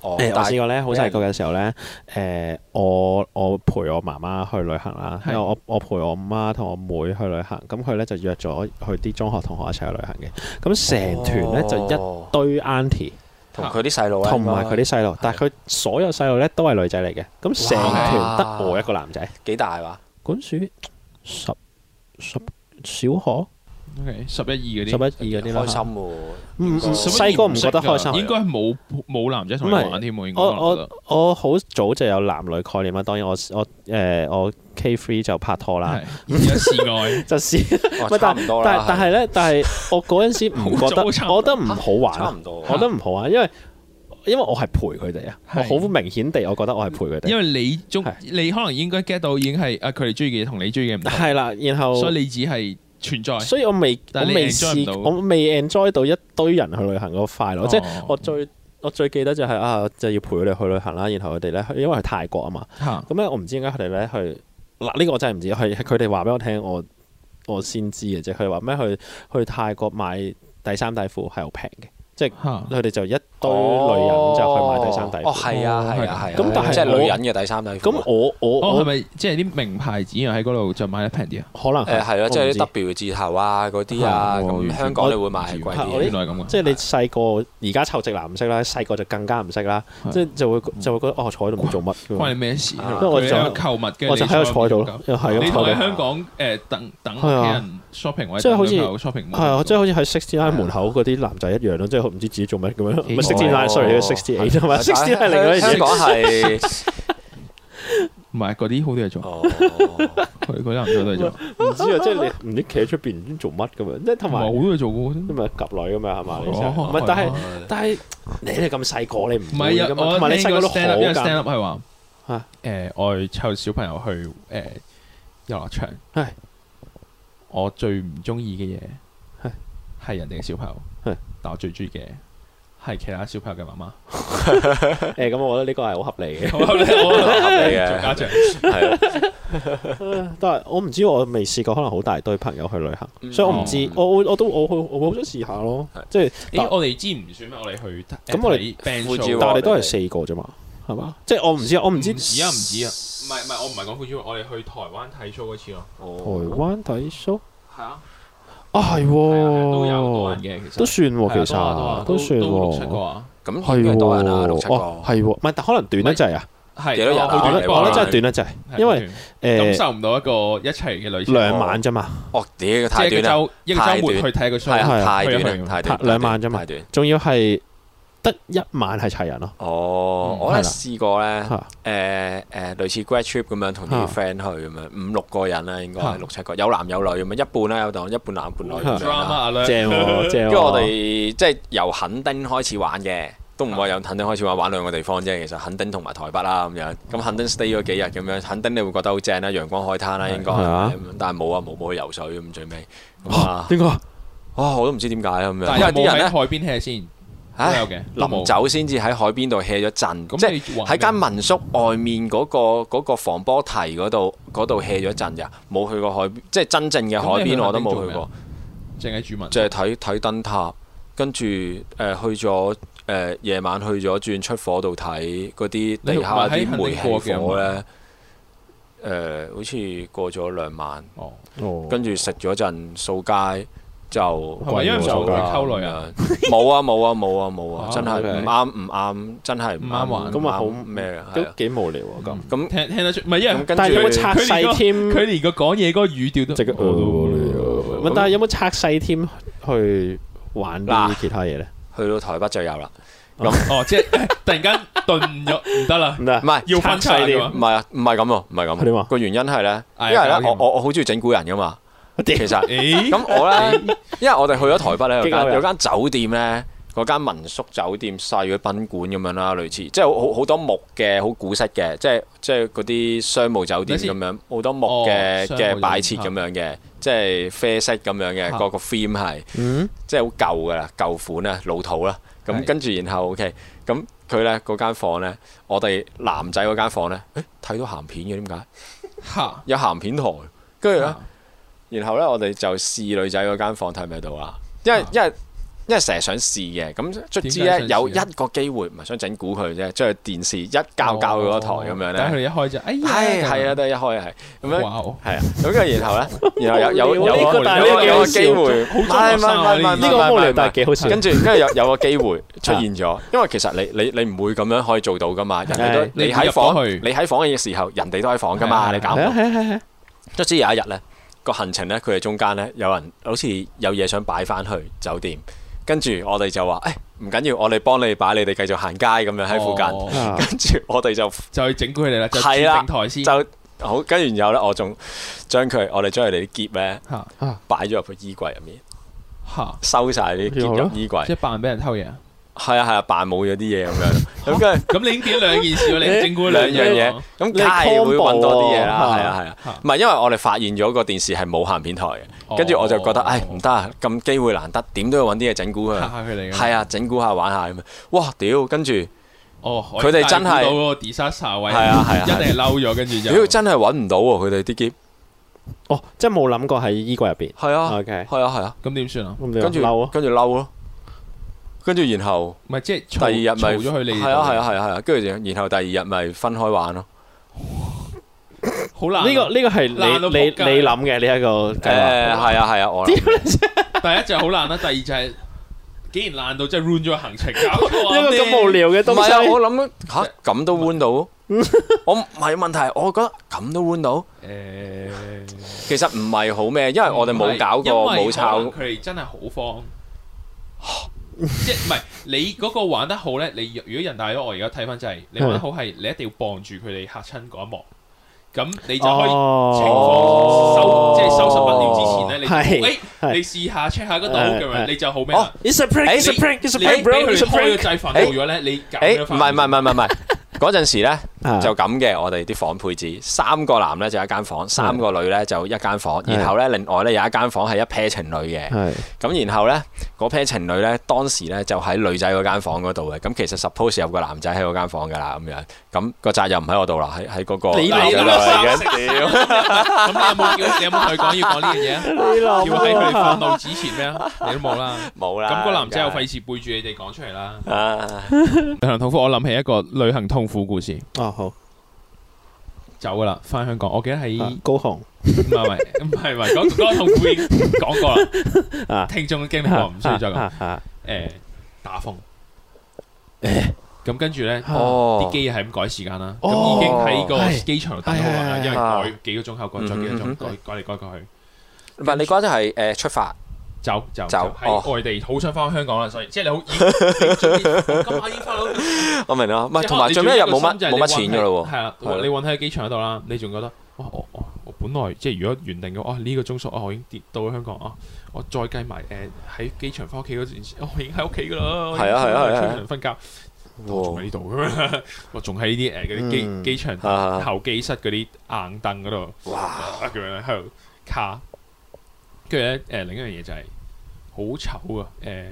Speaker 2: 哦
Speaker 1: 我
Speaker 2: 但
Speaker 1: 試過咧，好細個嘅時候咧，誒我我陪我媽媽去旅行啦，因
Speaker 3: 係
Speaker 1: 為我我陪我媽同我妹去旅行，咁佢咧就約咗去啲中學同學一齊去旅行嘅，咁成團咧就一
Speaker 2: 哦
Speaker 1: 堆 a u n t i
Speaker 2: 同佢啲細路啊
Speaker 1: 同埋佢啲細路
Speaker 2: 係，
Speaker 1: 但係佢所有細路咧都係女仔嚟嘅，咁成團
Speaker 2: 哇
Speaker 1: 得我一個男仔。
Speaker 2: 幾大話？
Speaker 1: 嗰陣時十十小
Speaker 3: OK，十一二嗰
Speaker 1: 學
Speaker 3: 啲，
Speaker 1: 十一二嗰啲啦
Speaker 2: 開，心
Speaker 1: 嚇
Speaker 2: 喎，
Speaker 1: 唔唔
Speaker 2: 應該
Speaker 3: 十一二
Speaker 1: 細個唔覺得開
Speaker 3: 應
Speaker 1: 心。啊
Speaker 3: 該係冇冇男仔同你
Speaker 1: 唔係
Speaker 3: 玩添喎，應該
Speaker 1: 我
Speaker 3: 我覺
Speaker 1: 我
Speaker 3: 得
Speaker 1: 我好早就有男女概念啦，啊當然我我誒我 K three 就拍拖啦，
Speaker 3: 係有示 愛。
Speaker 1: 就試。
Speaker 2: 哇
Speaker 1: 喂
Speaker 2: 差唔多
Speaker 1: 但
Speaker 2: 啦，
Speaker 1: 但係咧，但係我嗰陣時唔覺得，
Speaker 3: 好早
Speaker 1: 我
Speaker 3: 差唔多
Speaker 1: 覺得唔好玩
Speaker 2: 差
Speaker 1: 啊，
Speaker 2: 唔多，
Speaker 1: 我覺得唔好玩，因為因為我係陪佢哋啊，我
Speaker 3: 係
Speaker 1: 好明顯地，我覺得我係陪佢哋。
Speaker 3: 因為你中
Speaker 1: 係，
Speaker 3: 你可能應該 get 到已經係啊，佢哋中意嘅嘢同你中意嘅唔同，
Speaker 1: 係啦，然後
Speaker 3: 所以你只係存在。
Speaker 1: 所以我未我
Speaker 3: 但係你
Speaker 1: 未
Speaker 3: enjoy 唔
Speaker 1: 試我
Speaker 3: 到，
Speaker 1: 未 enjoy 到一堆人去旅行嗰個快樂，即係
Speaker 3: 哦
Speaker 1: 我最我最記得就係、啊，就要陪佢哋去旅行啦，然後佢哋咧，因為去泰國啊嘛，
Speaker 3: 嚇
Speaker 1: 咁咧我唔知點解佢哋咧去嗱呢、個我真係唔知，係係佢哋話俾我聽，我我先知嘅啫。佢哋話咩去去泰國買第三底褲係好平嘅，
Speaker 3: 嚇
Speaker 1: 佢哋就一堆女人就去買第三底
Speaker 2: 哦，
Speaker 1: 褲。
Speaker 2: 係啊，係啊，係啊，
Speaker 1: 咁但係
Speaker 2: 即係
Speaker 1: 我
Speaker 2: 女人嘅第三底褲啊。
Speaker 1: 咁、我我
Speaker 3: 哦，
Speaker 1: 我
Speaker 3: 係咪即係啲名牌子又喺嗰度就買得平啲啊？
Speaker 1: 可能係
Speaker 2: 誒係咯，即
Speaker 1: 我唔
Speaker 2: 係
Speaker 1: 知
Speaker 2: 啲 W 字頭啊嗰啲啊，
Speaker 3: 係喎完
Speaker 2: 咁
Speaker 3: 全
Speaker 2: 香港你會買係貴
Speaker 1: 係我啲
Speaker 2: 啲嘅。
Speaker 3: 原來係咁嘅，啊
Speaker 1: 即係你細個而家湊直男唔識啦，細個就更加唔識啦，
Speaker 3: 係
Speaker 1: 即係就會就會覺得哦坐喺度唔做乜㗎嘛
Speaker 3: 關你咩事？
Speaker 2: 啊
Speaker 1: 因為我
Speaker 3: 佢
Speaker 1: 就
Speaker 3: 喺度購物嘅，
Speaker 1: 我就喺度坐喺度咯，又係
Speaker 3: 你
Speaker 1: 咁
Speaker 3: 坐
Speaker 1: 坐喺
Speaker 3: 喺
Speaker 1: 度。
Speaker 3: 香港誒等等屋
Speaker 1: 係啊
Speaker 3: 企人 shopping 或者
Speaker 1: 即係好似
Speaker 3: 等女朋友 shopping
Speaker 1: 係啊，
Speaker 3: 冇
Speaker 1: 即係好似喺 Sixty Nine 門口嗰啲男仔一樣咯，即係唔知自己做乜咁樣，唔係 Sixty
Speaker 2: 哦
Speaker 1: Nine，sorry，Sixty Eight 啫嘛，Sixty 係另外一
Speaker 2: 香
Speaker 1: 樣
Speaker 2: 港係
Speaker 3: 唔係嗰啲好多嘢做，
Speaker 2: 哦，
Speaker 3: 佢佢啲男仔都係做，
Speaker 1: 嘢，唔知啊，即係你唔知企喺出邊唔知做乜咁樣，即係 同
Speaker 3: 同埋
Speaker 1: 埋
Speaker 3: 好多嘢做嘅喎
Speaker 1: 咁。咪夾女咁樣係嘛？你想
Speaker 3: 哦
Speaker 1: 唔係，但係
Speaker 3: 係
Speaker 1: 但係你哋咁細個，你唔
Speaker 3: 唔係
Speaker 1: 會
Speaker 3: 啊
Speaker 1: 㗎！嘛
Speaker 3: 我
Speaker 1: 同埋你細個
Speaker 3: 聽
Speaker 1: 都
Speaker 3: 個
Speaker 1: 好
Speaker 3: stand up，因為 stand
Speaker 1: 㗎，
Speaker 3: up 係話
Speaker 1: 嚇
Speaker 3: 誒，我湊小朋友去誒遊樂場，
Speaker 1: 係
Speaker 3: 我最唔中意嘅嘢
Speaker 1: 係
Speaker 3: 係人哋嘅小朋友
Speaker 1: 係，
Speaker 3: 但我最中意嘅係其他小朋友嘅媽媽。
Speaker 1: 誒咁，我覺得呢個係好合理嘅。
Speaker 3: 好合理， 我覺得合理
Speaker 2: 嘅
Speaker 3: 做家長
Speaker 2: 係啊
Speaker 3: 嗯
Speaker 1: 但係我唔知，我未試過，可能好大堆朋友去旅行，所以我唔
Speaker 3: 嗯
Speaker 1: 知。我我我都我我我好想試下咯，即嗯係
Speaker 3: 咦，我哋之前唔算咩？我哋去
Speaker 1: 啊咁我哋
Speaker 3: band
Speaker 2: 富
Speaker 3: show
Speaker 2: 士
Speaker 1: 但係
Speaker 2: 話
Speaker 1: 我哋都係四個啫嘛，係嘛？即係我唔知，我唔知
Speaker 3: 唔止啊，唔止啊，唔係唔係，我唔係講 Fuji，我哋去台灣睇 show 嗰次咯。
Speaker 1: 台灣睇 show
Speaker 3: 係啊，
Speaker 1: 啊，係
Speaker 3: 都有好多
Speaker 1: 喎，
Speaker 3: 人嘅，其實
Speaker 1: 都算喎，其
Speaker 3: 係啊
Speaker 1: 實
Speaker 3: 都
Speaker 1: 算
Speaker 3: 都六七個
Speaker 1: 喎，
Speaker 3: 啊，
Speaker 2: 咁
Speaker 1: 係
Speaker 2: 應該
Speaker 1: 喎，
Speaker 2: 多人啊，六七個。
Speaker 1: 哦係喎，唔係，但可能短得滯啊，
Speaker 3: 係
Speaker 2: 幾多人啊
Speaker 3: 好
Speaker 1: 我
Speaker 3: 短
Speaker 1: 覺得
Speaker 2: 嚟
Speaker 1: 我
Speaker 2: 話
Speaker 1: 覺得真係短得滯，因為
Speaker 3: 感
Speaker 1: 誒
Speaker 3: 受唔到一個一齊嘅旅程，
Speaker 1: 兩晚啫嘛。
Speaker 2: 哦，屌
Speaker 3: 即係
Speaker 2: 太
Speaker 3: 一個
Speaker 2: 短啦，
Speaker 3: 周一個週
Speaker 2: 太
Speaker 3: 末去
Speaker 2: 短
Speaker 3: 睇個 show，
Speaker 2: 係
Speaker 1: 係
Speaker 2: 啊，
Speaker 1: 啊
Speaker 2: 太
Speaker 3: 去一
Speaker 2: 短
Speaker 3: 去
Speaker 2: 啦，太短，
Speaker 1: 拍兩晚啫嘛
Speaker 2: 太短。
Speaker 1: 仲要係得一晚係齊人咯，
Speaker 2: 哦
Speaker 3: 嗯，
Speaker 2: 我咧
Speaker 1: 係啦
Speaker 2: 試過咧，
Speaker 1: 嚇
Speaker 2: 誒誒類似 grad trip 咁樣同
Speaker 1: 啊
Speaker 2: 啲 friend 去咁樣，五六個人啦，應該
Speaker 3: 啊
Speaker 2: 係六七個，有男有女咁樣，一半啦有當，一半男一半女咁樣啦。
Speaker 3: drama 啊，
Speaker 1: 正 喎正喎。
Speaker 2: 跟住 我哋即係由肯丁開始玩嘅，都
Speaker 3: 啊
Speaker 2: 唔話由肯丁開始玩，玩兩個地方啫。其實肯丁同埋台北啦咁樣，咁肯丁 stay 咗幾日咁樣，肯丁你會覺得好正啦，啊陽光海灘啦應該，
Speaker 1: 係啊
Speaker 2: 咁但係冇啊冇冇去游水咁最尾咁啊，
Speaker 1: 點解？
Speaker 2: 哇我都唔知點解啊咁樣，
Speaker 3: 哦但
Speaker 2: 因為
Speaker 3: 係有
Speaker 2: 啲
Speaker 3: 冇
Speaker 2: 人
Speaker 3: 喺
Speaker 2: 咧
Speaker 3: 海邊 hea 先？都有
Speaker 2: 唉
Speaker 3: 嘅，都冇
Speaker 2: 臨走先至喺海邊度 hea 咗陣，即係。
Speaker 3: 咁即
Speaker 2: 喺間民宿外面嗰、個嗰個防波堤嗰度嗰度 hea 咗一陣㗎，冇去過海邊，即係真正嘅海
Speaker 3: 咁你去
Speaker 2: 邊我都
Speaker 3: 肯
Speaker 2: 冇去
Speaker 3: 定做咩
Speaker 2: 過
Speaker 3: 啊，淨係住民宿
Speaker 2: 就係睇睇燈塔，跟住誒、呃去咗誒、呃夜晚去咗轉出火度睇嗰啲地下
Speaker 3: 你唔係喺
Speaker 2: 啲
Speaker 3: 肯
Speaker 2: 煤
Speaker 3: 定過
Speaker 2: 氣
Speaker 3: 嘅
Speaker 2: 火
Speaker 3: 嘛
Speaker 2: 咧，誒、好似過咗兩晚，
Speaker 3: 哦，
Speaker 1: 哦
Speaker 2: 跟住食咗陣掃街。就
Speaker 3: 係咪因為
Speaker 1: 冇
Speaker 2: 就
Speaker 1: 去
Speaker 3: 溝女啊？
Speaker 2: 冇啊冇啊冇啊冇啊！
Speaker 3: 啊
Speaker 2: 真係
Speaker 1: OK
Speaker 2: 唔啱唔啱，真係
Speaker 3: 唔啱玩
Speaker 1: 咁啊好
Speaker 2: 咩啊？係
Speaker 1: 都
Speaker 2: 啊
Speaker 1: 幾無聊喎咁。
Speaker 2: 咁
Speaker 3: 聽聽得出，唔係因為
Speaker 2: 咁跟
Speaker 1: 但係有
Speaker 2: 住
Speaker 1: 冇拆細添？
Speaker 3: 佢連個講嘢嗰個語調都
Speaker 1: 即係佢唔係但係有冇拆細添去玩啲
Speaker 2: 嗱
Speaker 1: 其他嘢咧？
Speaker 2: 去到台北就有啦，
Speaker 3: 哦，即係 突然間頓咗，唔得啦
Speaker 1: 唔，得
Speaker 2: 唔，係
Speaker 3: 啊要分
Speaker 1: 拆細
Speaker 3: 開
Speaker 1: 啲
Speaker 3: 㗎
Speaker 2: 唔係啊，唔係咁喎，唔係咁
Speaker 1: 係點啊
Speaker 2: 喎。個原因係咧，因
Speaker 3: 哎
Speaker 2: 為咧
Speaker 3: 搞掂
Speaker 2: 我我我好中意整蠱人噶嘛，其實
Speaker 3: 誒，
Speaker 2: 咁我 咧，因為我哋去咗台北咧，有
Speaker 1: 激嬲
Speaker 2: 間
Speaker 1: 人
Speaker 2: 有間酒店咧，嗰間民宿酒店細嘅賓館咁樣啦，類似即係好好好多木嘅，好古式嘅，即係即係嗰啲商務酒店
Speaker 3: 等
Speaker 2: 咁
Speaker 3: 先
Speaker 2: 樣，好多木
Speaker 3: 哦
Speaker 2: 嘅
Speaker 3: 商務酒
Speaker 2: 嘅
Speaker 3: 店
Speaker 2: 擺設咁樣嘅，即係啡色咁樣嘅，
Speaker 3: 嚇
Speaker 2: 個個 theme 係。
Speaker 1: 嗯，
Speaker 2: 即係好舊噶啦，舊款啦，老土啦。咁
Speaker 3: 係
Speaker 2: 跟住然後 OK，咁佢咧嗰間房咧，我哋男仔嗰間房咧，誒睇到鹹片嘅點解？
Speaker 3: 嚇，
Speaker 2: 有鹹片台，跟住咧，然後咧我哋就試女仔嗰間房睇唔睇到啊？因為
Speaker 3: 啊
Speaker 2: 因為因為成日想試嘅，咁卒之
Speaker 3: 點解
Speaker 2: 咧
Speaker 3: 想試啊
Speaker 2: 有一個機會，唔係想整蠱佢啫，將佢電視一教教佢嗰台咁樣
Speaker 3: 等佢
Speaker 2: 咧，
Speaker 3: 哋一開就，哎呀，
Speaker 2: 係係啊，都係一開係咁樣。
Speaker 3: 哇哦，
Speaker 2: 係啊，咁跟住然後咧，然後有有有
Speaker 1: 呢個
Speaker 2: 有
Speaker 1: 但
Speaker 2: 個
Speaker 1: 係呢個幾
Speaker 2: 有
Speaker 1: 好
Speaker 2: 個
Speaker 1: 笑
Speaker 2: 機會，
Speaker 3: 好中學生啊呢啲
Speaker 1: 呢個無聊但係幾好笑。
Speaker 2: 跟住跟住有有個機會出現咗，因為其實你你你唔會咁樣可以做到噶嘛，人哋
Speaker 1: 係
Speaker 2: 都你
Speaker 3: 你
Speaker 2: 喺
Speaker 3: 入
Speaker 2: 房
Speaker 3: 咗去
Speaker 2: 你喺房嘅時候，人哋都喺房噶嘛，
Speaker 3: 係
Speaker 2: 你搞唔
Speaker 1: 係啊
Speaker 2: 到。
Speaker 1: 係啊係啊
Speaker 2: 卒之有一日咧，個行程咧，佢哋中間咧有人好似有嘢想擺翻去酒店，跟住我哋就話誒唔緊要，我哋幫你擺，你哋繼續行街咁樣喺附近。
Speaker 1: 係
Speaker 3: 近，
Speaker 1: 啊，
Speaker 2: 跟住我哋就
Speaker 3: 就去整蠱佢哋啦，就
Speaker 2: 係啦
Speaker 3: 設定台先，
Speaker 2: 就好，跟住然後咧，我仲將佢我哋將佢哋啲夾咧
Speaker 3: 嚇
Speaker 2: 擺咗入個衣櫃入面，
Speaker 3: 嚇，
Speaker 2: 收晒啲
Speaker 1: 好
Speaker 2: 夾
Speaker 1: 啦
Speaker 2: 入衣櫃
Speaker 3: 即。係扮俾人偷 嘢啊！
Speaker 2: 係啊係啊，扮冇咗啲嘢咁樣，咁跟住
Speaker 3: 咁你已經變咗兩件事喎，你
Speaker 1: 你
Speaker 3: 整蠱
Speaker 2: 兩
Speaker 3: 兩
Speaker 2: 樣嘢
Speaker 3: 嘢，，
Speaker 2: 咁梗
Speaker 1: 你
Speaker 2: 係會揾多啲嘢啦，
Speaker 1: combo 喎
Speaker 2: 係啊係啊
Speaker 3: 嚇，
Speaker 2: 唔係因為我哋發現咗個電視係冇鹹片台嘅，跟住我就覺得，
Speaker 3: 哦
Speaker 2: 唉唔得啊，咁機會難得，點都要揾啲嘢整蠱
Speaker 3: 嚇
Speaker 2: 佢，
Speaker 3: 嚇佢哋嘅，
Speaker 2: 係啊，整蠱下玩下咁樣，哇屌，跟住
Speaker 3: 哦，
Speaker 2: 佢哋真係
Speaker 3: 我已經大估到嗰個 disaster 位，
Speaker 2: 係啊係啊
Speaker 3: 一定係嬲咗，跟住
Speaker 2: 屌
Speaker 3: 就
Speaker 2: 真係揾唔到喎，佢哋啲機，
Speaker 1: 哦，即係冇諗過喺衣櫃入邊。
Speaker 2: 係啊
Speaker 1: OK，
Speaker 2: 係啊係啊，
Speaker 3: 咁點算啊？
Speaker 1: 咁你
Speaker 2: 跟
Speaker 1: 跟
Speaker 2: 住
Speaker 1: 住嬲啊！
Speaker 2: 跟住嬲咯，跟住然後
Speaker 3: 唔係即係
Speaker 2: 第
Speaker 3: 嘈
Speaker 2: 二日咪
Speaker 3: 嘈咗佢你，
Speaker 2: 係啊係啊係啊係啊，跟住然後第二日咪分開玩咯，
Speaker 3: 好難啊。
Speaker 1: 呢個呢個係
Speaker 3: 爛到
Speaker 1: 你你
Speaker 3: 仆街
Speaker 1: 你諗嘅呢一個
Speaker 2: 誒
Speaker 1: 計劃。
Speaker 2: 係啊係啊，我諗
Speaker 3: 第一就好爛啦，第二就係竟然爛到真係 run 咗行程，搞錯啊
Speaker 1: 一個咁無聊嘅
Speaker 2: 唔
Speaker 1: 東
Speaker 2: 係啊，
Speaker 1: 西
Speaker 2: 我。諗吓咁都 win 到，我唔係問題，我覺得咁都 win 到。
Speaker 3: 誒，
Speaker 2: 其實唔係好咩，因為我哋冇搞過，冇炒
Speaker 3: 因為可能佢哋真係好 慌。即係唔係你嗰個玩得好咧？你如果人大咗，我而家睇翻就係你玩得好係你一定要傍住佢哋嚇親嗰一幕，咁你就可以情況收
Speaker 1: 哦，
Speaker 3: 即係收拾不了之前咧，你就誒
Speaker 1: 係
Speaker 3: 你試下 check 下嗰度
Speaker 1: 係
Speaker 3: 咁
Speaker 1: 係
Speaker 3: 樣，你就好咩啦？
Speaker 1: It's a prank, it's a
Speaker 3: 你
Speaker 1: prank, it's a
Speaker 3: 你
Speaker 1: prank,
Speaker 3: 俾
Speaker 1: bro,
Speaker 3: 佢
Speaker 1: it's a
Speaker 3: 開個
Speaker 1: prank。
Speaker 3: 掣憤怒咗咧，你搞
Speaker 2: 誒，
Speaker 3: 咩
Speaker 2: 唔
Speaker 3: 反
Speaker 2: 係唔係唔係唔係，嗰陣時咧，
Speaker 1: 啊
Speaker 2: 就咁嘅，我哋啲房配置，三個男咧就一間房，三個女咧就一間房，
Speaker 1: 係
Speaker 2: 然後咧另外咧有一間房係一 pair 情侶嘅，
Speaker 1: 係
Speaker 2: 咁然後咧嗰 pair 情侶咧當時咧就喺女仔嗰間房嗰度嘅，咁其實 suppose 有個男仔喺嗰間房㗎啦，咁樣，咁個責任唔喺我度啦，喺喺嗰個
Speaker 1: 你
Speaker 2: 男
Speaker 1: 嚟㗎
Speaker 2: 㗎啦
Speaker 3: 啦
Speaker 2: 已經屌
Speaker 3: 咁你有冇叫你有冇同佢講要講呢樣嘢啊？
Speaker 1: 你
Speaker 3: 要
Speaker 1: 老母
Speaker 3: 喺佢哋
Speaker 1: 啊
Speaker 3: 放！路紙前咩啊？你都冇啦。
Speaker 2: 冇啦，
Speaker 3: 咁個男仔又費事背住你哋講出嚟啦。
Speaker 2: 啊
Speaker 3: 旅行痛苦，我諗起一個旅行痛苦故事，
Speaker 1: 哦好，
Speaker 3: 走噶啦，翻香港。我記得喺
Speaker 1: 啊
Speaker 3: 唔
Speaker 1: 高雄
Speaker 3: 係唔係唔係唔係講講痛苦已經講過啦。
Speaker 1: 啊，
Speaker 3: 聽眾嘅經歷我唔需要再講。
Speaker 1: 啊啊啊
Speaker 3: 誒打風，咁跟住咧。
Speaker 2: 哦
Speaker 3: 啲機係咁改時間啦，
Speaker 1: 哦
Speaker 3: 咁已經喺個
Speaker 1: 係
Speaker 3: 機場度等好耐啦，
Speaker 1: 係係係
Speaker 3: 因為
Speaker 2: 啊
Speaker 3: 改幾個鐘後改再幾個
Speaker 2: 嗯
Speaker 3: 鐘，
Speaker 2: 嗯
Speaker 3: 改改嚟改過去，
Speaker 2: 唔係你嗰陣係誒出發，
Speaker 3: 走走
Speaker 2: 走
Speaker 3: 走，
Speaker 2: 哦
Speaker 3: 喺外地好想翻香港啦，所以即係你好已經已經準備今晚已經翻到，
Speaker 2: 我明啦，唔係
Speaker 3: 即係
Speaker 2: 同埋
Speaker 3: 你
Speaker 2: 最
Speaker 3: 最
Speaker 2: 尾一日冇
Speaker 3: 個
Speaker 2: 乜
Speaker 3: 心就係
Speaker 2: 冇
Speaker 3: 你
Speaker 2: 乜錢㗎啦
Speaker 3: 韞
Speaker 2: 喎
Speaker 3: 喺。係啦，啊
Speaker 2: 係啊啦
Speaker 3: 你韞喺機場嗰度啦，你仲覺得哇我我我本來即係如果原定嘅，哦呢個鐘數哦我已經跌到香港啊，我再計埋誒喺機場翻屋企嗰陣時，哦我已經喺屋企㗎啦，
Speaker 2: 係啊係啊係啊
Speaker 3: 出門瞓覺。我仲喺呢度咁樣，我仲喺呢啲誒嗰啲
Speaker 1: 嗯
Speaker 3: 機機場
Speaker 2: 啊
Speaker 3: 候機室嗰啲硬凳嗰度，
Speaker 2: 哇！
Speaker 3: 啊咁樣喺度卡。跟住咧誒另一樣嘢就係好醜啊！誒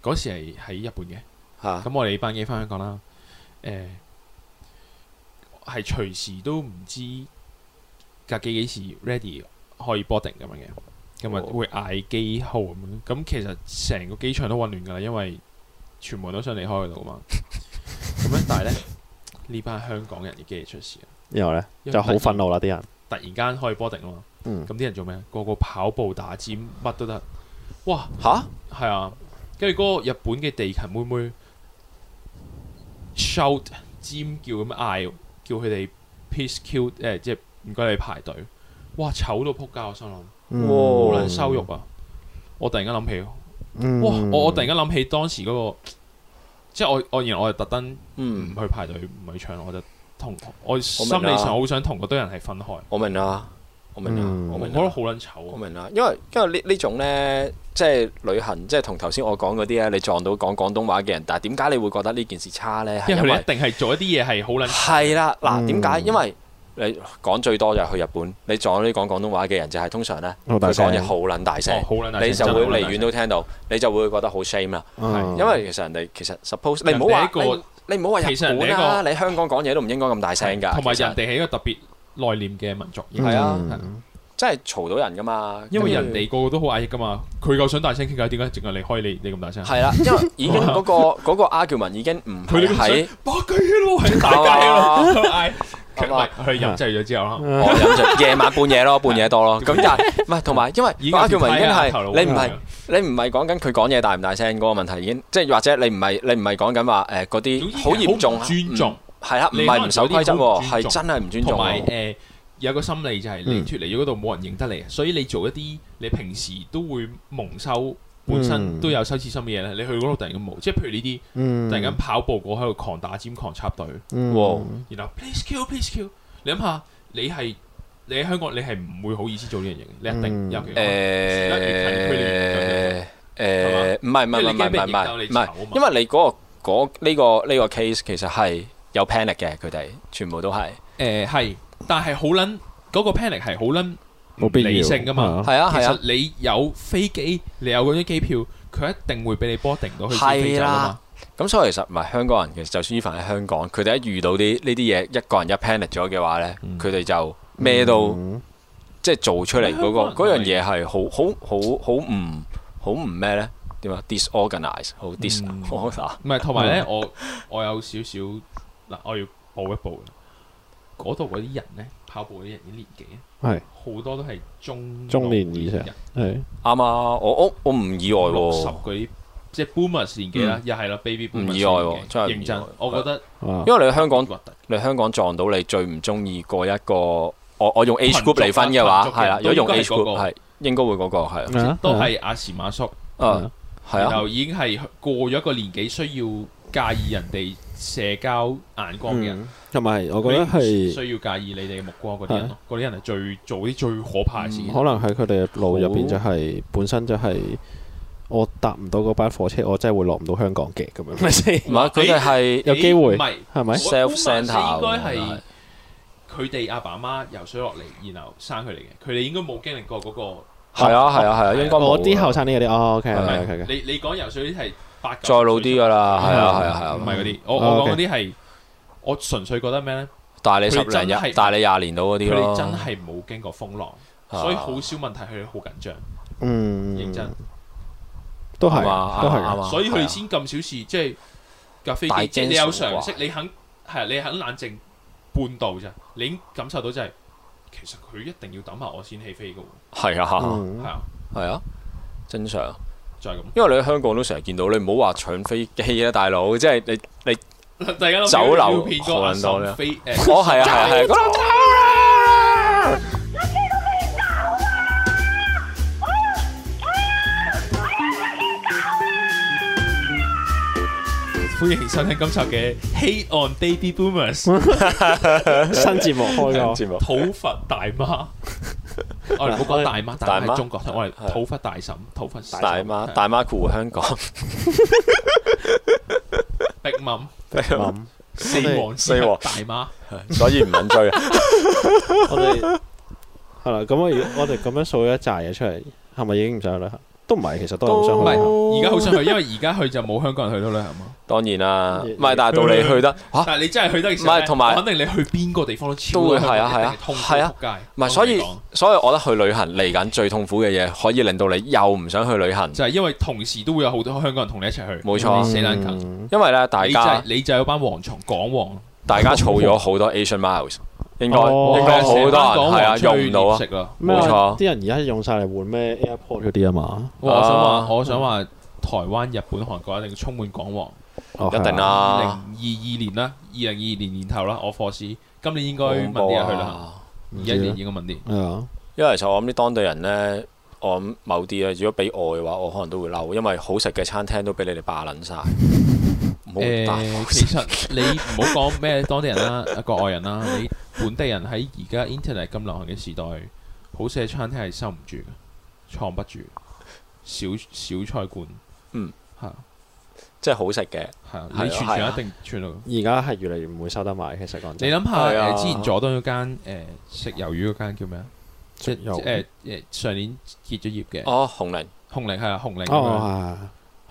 Speaker 3: 嗰時係喺日本嘅，
Speaker 2: 嚇
Speaker 3: 咁我哋班機翻香港啦，誒係隨時都唔知架機幾時 ready 可以 boarding 咁樣嘅。咁啊
Speaker 2: 哦
Speaker 3: 會嗌機號咁樣，咁其實成個機場都混亂㗎啦，因為全部人都想離開嗰 度嘛。咁樣，但係咧呢班香港人嘅機器出事啦，啊
Speaker 1: 然後咧
Speaker 3: 因為
Speaker 1: 就好
Speaker 3: 突然
Speaker 1: 憤怒啦啲人，
Speaker 3: 突然間可以 boarding 啊嘛。
Speaker 1: 嗯
Speaker 3: 咁啲人做咩？啊個個跑步打尖，乜都得。哇，
Speaker 2: 嚇
Speaker 3: 係啊！跟住嗰個日本嘅地勤妹妹 shout 尖叫咁嗌，叫佢哋 peace q 誒，即係唔該你排隊。哇，醜到撲街！我心諗
Speaker 1: 嗯
Speaker 2: 哇
Speaker 3: 好撚羞辱啊！我突然間諗起，
Speaker 1: 嗯
Speaker 3: 哇！我我突然間諗起當時嗰、個，即係我我然後我就特登唔
Speaker 2: 嗯，
Speaker 3: 去排隊，唔去唱，我就同我心理上好想同嗰堆人係分開，
Speaker 2: 我明啦，我明
Speaker 1: 嗯
Speaker 2: 啦，我
Speaker 3: 我
Speaker 2: 明
Speaker 3: 覺得
Speaker 2: 啦，
Speaker 3: 好撚
Speaker 2: 我
Speaker 3: 醜。啊
Speaker 2: 明啦，因為因為呢呢種咧，即係旅行，即係同頭先我講嗰啲咧，你撞到講廣東話嘅人，但係點解你會覺得呢件事差咧？係
Speaker 3: 因為
Speaker 2: 因
Speaker 3: 佢哋一
Speaker 2: 為
Speaker 3: 定係做一啲嘢係好撚
Speaker 2: 係啦，嗱，
Speaker 1: 嗯
Speaker 2: 點解？因為你講最多就係去日本，你撞到啲講廣東話嘅人，就係通常咧，
Speaker 1: 好
Speaker 2: 佢
Speaker 1: 大聲
Speaker 2: 講嘢好撚大聲
Speaker 3: 哦，好撚大聲
Speaker 2: 你就
Speaker 3: 真係
Speaker 2: 會
Speaker 3: 好撚大
Speaker 2: 離遠都聽到，你就會覺得好 shame 啦。
Speaker 1: 嗯
Speaker 2: 因為其實人哋其實 suppose 你
Speaker 3: 人
Speaker 2: 唔好話
Speaker 3: 哋一個
Speaker 2: 你你唔好話日
Speaker 3: 其實人
Speaker 2: 本
Speaker 3: 哋一個
Speaker 2: 啦，你香港講嘢都唔應該咁大聲㗎。
Speaker 3: 同埋
Speaker 2: 其實
Speaker 3: 人哋係一個特別內斂嘅民族，
Speaker 2: 係啊
Speaker 1: 嗯
Speaker 2: 真係嘈到人㗎嘛，
Speaker 3: 因為
Speaker 2: 跟
Speaker 3: 人
Speaker 2: 住
Speaker 3: 哋個個都好壓抑噶嘛，啊佢夠想大聲傾偈，點解淨係你開你你咁大聲？
Speaker 2: 係啦，因為已經嗰、個嗰個 argument 已經唔
Speaker 3: 啊哦佢
Speaker 2: 係啊
Speaker 3: 哋咁
Speaker 2: 喺
Speaker 3: 想，搏佢喺度喺大街咯，喺度嗌，佢唔係啊佢
Speaker 2: 啊
Speaker 3: 飲醉咗之後啦，
Speaker 2: 我飲醉夜晚半夜咯，半夜多 咯。咁但係唔係同埋，因為
Speaker 3: 已經
Speaker 2: 個 argument 已經
Speaker 3: 頭腦
Speaker 2: 係你唔係
Speaker 3: 啦
Speaker 2: 你唔係講緊佢講嘢大唔大聲嗰個問題，已經即係或者你唔係你唔係講緊話誒嗰
Speaker 3: 總之
Speaker 2: 啲好嚴重
Speaker 3: 好唔尊重，
Speaker 2: 唔係啦，唔係唔守規則喎，係真係唔尊重
Speaker 3: 同埋
Speaker 2: 喎。
Speaker 3: 誒有個心理就係
Speaker 2: 嗯
Speaker 3: 你脱離咗嗰度冇人認得你，啊所以你做一啲你平時都會蒙
Speaker 2: 嗯
Speaker 3: 羞。本身都有羞恥心嘅嘢咧，你去嗰度突然間冇，即係譬如呢啲
Speaker 1: 嗯
Speaker 3: 突然間跑步過喺度狂打尖、狂插隊，
Speaker 1: 嗯
Speaker 3: 然後 please kill please kill，你諗下，你係你喺香港，你係唔會好意思做呢樣嘢嘅，你一定
Speaker 1: 嗯
Speaker 3: 尤其可能
Speaker 2: 誒誒，唔係唔係唔係唔係唔係唔
Speaker 3: 啊
Speaker 2: 係，因為你嗰個嗰呢個呢個 case 其實係有 panic 嘅，佢哋全部都係
Speaker 3: 誒係，但係好撚嗰個 panic 係好撚
Speaker 1: 冇必要
Speaker 3: 理性噶嘛。
Speaker 2: 係啊
Speaker 3: 其
Speaker 2: 係啊
Speaker 3: 實。你有飛機，你有嗰張機票，佢一定會俾你 boarding 到去先飛
Speaker 2: 係
Speaker 3: 走㗎
Speaker 2: 啦
Speaker 3: 嘛。
Speaker 2: 咁所以其實唔係香港人，其實就算依凡喺香港，佢哋一遇到啲呢啲嘢，一個人一 panic 咗嘅話咧，
Speaker 3: 嗯
Speaker 2: 佢哋就咩都即係做出嚟嗰
Speaker 3: 香
Speaker 2: 個
Speaker 3: 港
Speaker 2: 嗰樣
Speaker 3: 人
Speaker 2: 嘢係好好好好唔好唔咩咧？點啊？disorganize 好 dis
Speaker 3: 嗯
Speaker 2: 好嗱
Speaker 3: 唔係，同埋咧，我我有少少嗱，我要補一補啦。嗰度嗰啲人咧，跑步嗰啲人嘅年紀咧，
Speaker 1: 係
Speaker 3: 好多都係中
Speaker 1: 中年以上
Speaker 3: 人
Speaker 1: 係
Speaker 2: 啱啊！我我我唔意外
Speaker 3: 六十
Speaker 2: 喎，嗯
Speaker 3: 嗰啲，即係 boomers 年紀啦，又係啦，baby
Speaker 2: 唔
Speaker 3: boomers
Speaker 2: 意外喎
Speaker 3: 年紀
Speaker 2: 真係唔意外
Speaker 3: 認真，我覺得
Speaker 1: 啊
Speaker 2: 因為你喺香港
Speaker 3: 核突
Speaker 2: 你喺香港撞到你最唔中意嗰一個，我我用 age group 嚟分嘅話
Speaker 3: 群族啊
Speaker 2: 係啦，如
Speaker 3: 群族
Speaker 2: 果用
Speaker 3: 都應該
Speaker 2: age
Speaker 3: 係嗰個
Speaker 2: group 係應該會嗰個係啊
Speaker 1: 啊
Speaker 3: 都係阿時馬叔，
Speaker 2: 啊，係
Speaker 3: 嗯然
Speaker 2: 啊，
Speaker 3: 後已經係過咗一個年紀，需要介意人哋社交眼光嘅人。
Speaker 1: 嗯同埋我覺得係
Speaker 3: 佢
Speaker 1: 啊
Speaker 3: 需要介意你哋嘅目光嗰啲人咯，嗰啲人係
Speaker 1: 嗯
Speaker 3: 最做啲最可怕嘅事。
Speaker 1: 可能喺佢哋嘅腦入邊就係本身就係我搭唔到嗰班火車，我真係會落唔到香港嘅咁樣，咪先
Speaker 2: 唔係佢哋係
Speaker 1: 有機會
Speaker 3: 唔係
Speaker 1: 係咪？
Speaker 2: self centre，啊
Speaker 3: 應該係佢哋阿爸阿媽游水落嚟，然後生佢嚟嘅。佢哋應該冇經歷過嗰個。
Speaker 2: 係啊係啊係啊，應該冇
Speaker 1: 我啲
Speaker 2: 㗎
Speaker 1: 後生啲嗰啲，哦，OK
Speaker 3: 唔
Speaker 1: OK
Speaker 3: 係
Speaker 1: OK，
Speaker 3: 你你講游水啲係八
Speaker 2: 再老啲㗎
Speaker 3: 啦，
Speaker 2: 啦，係啊係啊係啊，
Speaker 3: 唔係嗰啲。我
Speaker 1: 哦
Speaker 3: 我講嗰
Speaker 1: OK
Speaker 3: 啲係我純粹覺得咩咧？
Speaker 2: 大你十
Speaker 3: 佢哋
Speaker 2: 零
Speaker 3: 真
Speaker 2: 日，
Speaker 3: 係
Speaker 2: 大你廿年到嗰啲
Speaker 3: 佢
Speaker 2: 咯，
Speaker 3: 哋真係冇經過風浪，
Speaker 2: 啊
Speaker 3: 所以好少問題，佢哋好緊張，
Speaker 1: 嗯，
Speaker 3: 認真。
Speaker 1: 都係
Speaker 2: 啱啊
Speaker 1: 都
Speaker 2: 啱
Speaker 1: 係
Speaker 2: 啊。
Speaker 3: 所以佢哋先咁小事，即係架飛
Speaker 2: 大
Speaker 3: 機，即係你有
Speaker 2: 驚小怪
Speaker 3: 常識，你肯係你肯冷靜半度咋，你已經感受到就係其實佢一定要等下我先起飛嘅喎，
Speaker 2: 係啊
Speaker 1: 嗯
Speaker 3: 係啊，
Speaker 2: 係啊，正常。
Speaker 3: 就係咁。
Speaker 2: 因為你喺香港都成日見到，你唔好話搶飛機啊，大佬，即係 你你
Speaker 3: 大家諗
Speaker 2: 酒樓
Speaker 3: 要片個阿
Speaker 2: 韓國咧
Speaker 3: 嬸飛誒，
Speaker 2: 哦係啊係啊係啊嗰度
Speaker 3: 歡迎收聽今集嘅《Hate on Baby Boomers》
Speaker 1: 新節目開個
Speaker 2: 節目
Speaker 3: 討伐大 媽。我哋唔好講大媽，大
Speaker 2: 大
Speaker 3: 媽
Speaker 2: 媽
Speaker 3: 係中國，我哋
Speaker 2: 係
Speaker 3: 討伐大嬸，討伐
Speaker 2: 大媽大媽括弧香港
Speaker 3: 逼冧
Speaker 1: 諗，
Speaker 3: 四王
Speaker 2: 四
Speaker 3: 四
Speaker 2: 王
Speaker 3: 大媽。
Speaker 2: 所以唔肯追啊。
Speaker 1: 我哋係啦。咁我如我哋咁樣數咗一紮嘢出嚟，係咪已經唔想去旅行？都唔係，其實都係唔想
Speaker 3: 唔
Speaker 1: 去旅嗯行。
Speaker 3: 係，而家好想去，因為而家去就冇香港人去到旅行嘛。
Speaker 2: 當 然啦，
Speaker 1: 嗯
Speaker 2: 唔係但係到你去得嚇，
Speaker 3: 但係你真係去得嘅時
Speaker 2: 啊
Speaker 3: 候
Speaker 2: 唔係
Speaker 3: 咧
Speaker 2: 同埋
Speaker 3: 我肯定你去邊個地方都超
Speaker 2: 都會
Speaker 3: 多香港人
Speaker 2: 係啊係啊
Speaker 3: 一定痛苦
Speaker 2: 係啊
Speaker 3: 仆街。
Speaker 2: 唔係所以所以我覺得去旅行嚟緊最痛苦嘅嘢，可以令到你又唔想去旅行，
Speaker 3: 就係因為同時都會有好多香港人同你一齊去，
Speaker 2: 冇錯
Speaker 3: 你死撚近。
Speaker 1: 嗯
Speaker 2: 因為咧大
Speaker 3: 你就係
Speaker 2: 家
Speaker 3: 你就有班蝗蟲港王，
Speaker 2: 大家儲咗好多 Asian miles，應該
Speaker 1: 哦
Speaker 2: 應該好多人係啊
Speaker 3: 成班港王
Speaker 2: 用唔到啊
Speaker 3: 追獵。食啦。
Speaker 1: 咩
Speaker 2: 冇
Speaker 1: 啊
Speaker 2: 錯
Speaker 1: 啲人而家用晒嚟換咩 AirPod 嗰啲啊嘛？
Speaker 3: 我想
Speaker 2: 啊
Speaker 3: 話，我想話，台灣、日本、韓國一定充滿港王。
Speaker 1: 哦
Speaker 2: 一定。
Speaker 3: 二零
Speaker 2: 啦，
Speaker 3: 二二年啦，二零二二年年頭啦，我課試今年應該
Speaker 2: 恐
Speaker 3: 問
Speaker 2: 怖
Speaker 3: 啲人去啦，
Speaker 2: 啊！
Speaker 3: 二一年應該問啲。
Speaker 1: 係啊，
Speaker 2: 因為其實我諗啲當地人呢，我諗某啲啊，如果俾我嘅話，我可能都會嬲，因為好食嘅餐廳都俾你哋霸撚 晒。冇
Speaker 3: 誒、
Speaker 2: 但係好
Speaker 3: 其
Speaker 2: 食
Speaker 3: 實你唔好講咩當地人啦、 啊國外人啦、你本地人喺而家 Internet 咁流行嘅時代，好食嘅餐廳係收唔住嘅，藏不住，小小菜館，
Speaker 2: 嗯，
Speaker 3: 係啊
Speaker 2: 即係好食嘅，
Speaker 3: 係啊，
Speaker 2: 係啊
Speaker 3: 你全
Speaker 2: 係
Speaker 3: 場
Speaker 2: 啊
Speaker 3: 一定串到。
Speaker 1: 而家係越嚟越唔會收得埋。其實講
Speaker 3: 你
Speaker 1: 真，
Speaker 3: 諗下
Speaker 2: 係啊
Speaker 3: 誒，之前佐敦嗰間誒食魷魚嗰間叫咩啊？即
Speaker 1: 魷魚
Speaker 3: 誒誒上年結咗業嘅，
Speaker 2: 哦紅菱
Speaker 3: 紅菱係啊，紅菱咁樣
Speaker 1: 哦，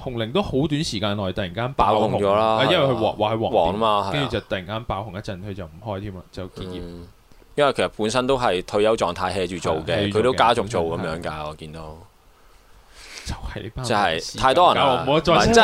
Speaker 3: 紅菱都好短時間內突然間
Speaker 2: 爆
Speaker 3: 紅
Speaker 2: 紅咗啦
Speaker 3: 啊因為
Speaker 2: 係
Speaker 3: 佢
Speaker 2: 啊
Speaker 3: 話話係
Speaker 2: 黃啊
Speaker 3: 黃店，嗯
Speaker 2: 嘛，係
Speaker 3: 跟住
Speaker 2: 啊
Speaker 3: 就突然間爆紅一陣，佢就唔開添啦，就結業。
Speaker 2: 嗯因為其實本身都係退休狀態 hea 住做
Speaker 3: 係
Speaker 2: 嘅，
Speaker 3: ，hea 住
Speaker 2: 佢都
Speaker 3: 做嘅
Speaker 2: 家族做咁樣㗎，我見到
Speaker 3: 就係呢班
Speaker 2: 就係
Speaker 3: 屎
Speaker 2: 太多人啦
Speaker 3: 唔好再
Speaker 2: 唔係
Speaker 3: 真
Speaker 2: 真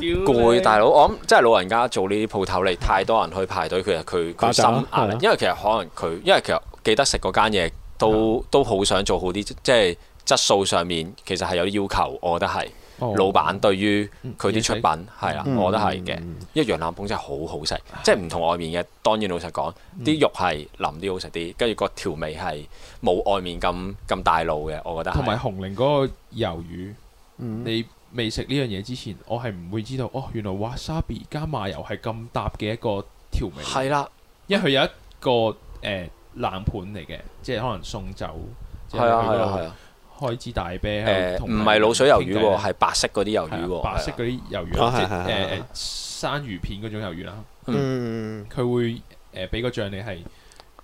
Speaker 3: 係
Speaker 2: 攰，大佬我諗即係老人家做呢啲鋪頭，你太多人去排隊，其實佢
Speaker 1: 爆炸
Speaker 2: 佢心
Speaker 1: 啦
Speaker 2: 壓
Speaker 1: 係啊
Speaker 2: 力，因為其實可能佢因為其實記得食嗰間嘢
Speaker 3: 嗯
Speaker 2: 都都好想做好啲，即即係質素上面其實係有啲要求，我覺得係。
Speaker 3: 哦
Speaker 2: 老闆對於
Speaker 3: 嗯
Speaker 2: 佢啲出品係啦，
Speaker 1: 嗯
Speaker 2: 我覺得係嘅。
Speaker 1: 嗯
Speaker 2: 因為羊腩煲真係好好
Speaker 3: 嗯
Speaker 2: 食，即係唔同外面嘅。當然老實講，啲肉係腍啲好食啲，跟住個調味係冇外面咁咁大路嘅，我覺得係。
Speaker 3: 同埋紅菱嗰個魷魚，
Speaker 1: 嗯
Speaker 3: 你未食呢樣嘢之前，我係唔會知道哦，原來 wasabi 加麻油係咁搭嘅一個調味，
Speaker 2: 係啦，
Speaker 3: 因為佢有一個誒冷盤嚟嘅，即係可能送酒，即
Speaker 2: 係啊，係啊，係
Speaker 3: 係
Speaker 2: 啊。
Speaker 3: 開支大啤喺
Speaker 2: 誒，
Speaker 3: 度同
Speaker 2: 唔
Speaker 3: 埋
Speaker 2: 係鹵水魷魚
Speaker 3: 傾偈
Speaker 2: 喎，
Speaker 3: 呢
Speaker 2: 係白色嗰啲魷魚
Speaker 3: 係
Speaker 2: 喎。
Speaker 3: 啊白色
Speaker 2: 係啊
Speaker 3: 嗰啲魷魚
Speaker 1: 哦
Speaker 3: 啦，即
Speaker 1: 係係係
Speaker 3: 係
Speaker 1: 係
Speaker 3: 誒誒生魚片嗰種魷魚啦，
Speaker 1: 嗯，
Speaker 3: 佢會誒俾個醬你係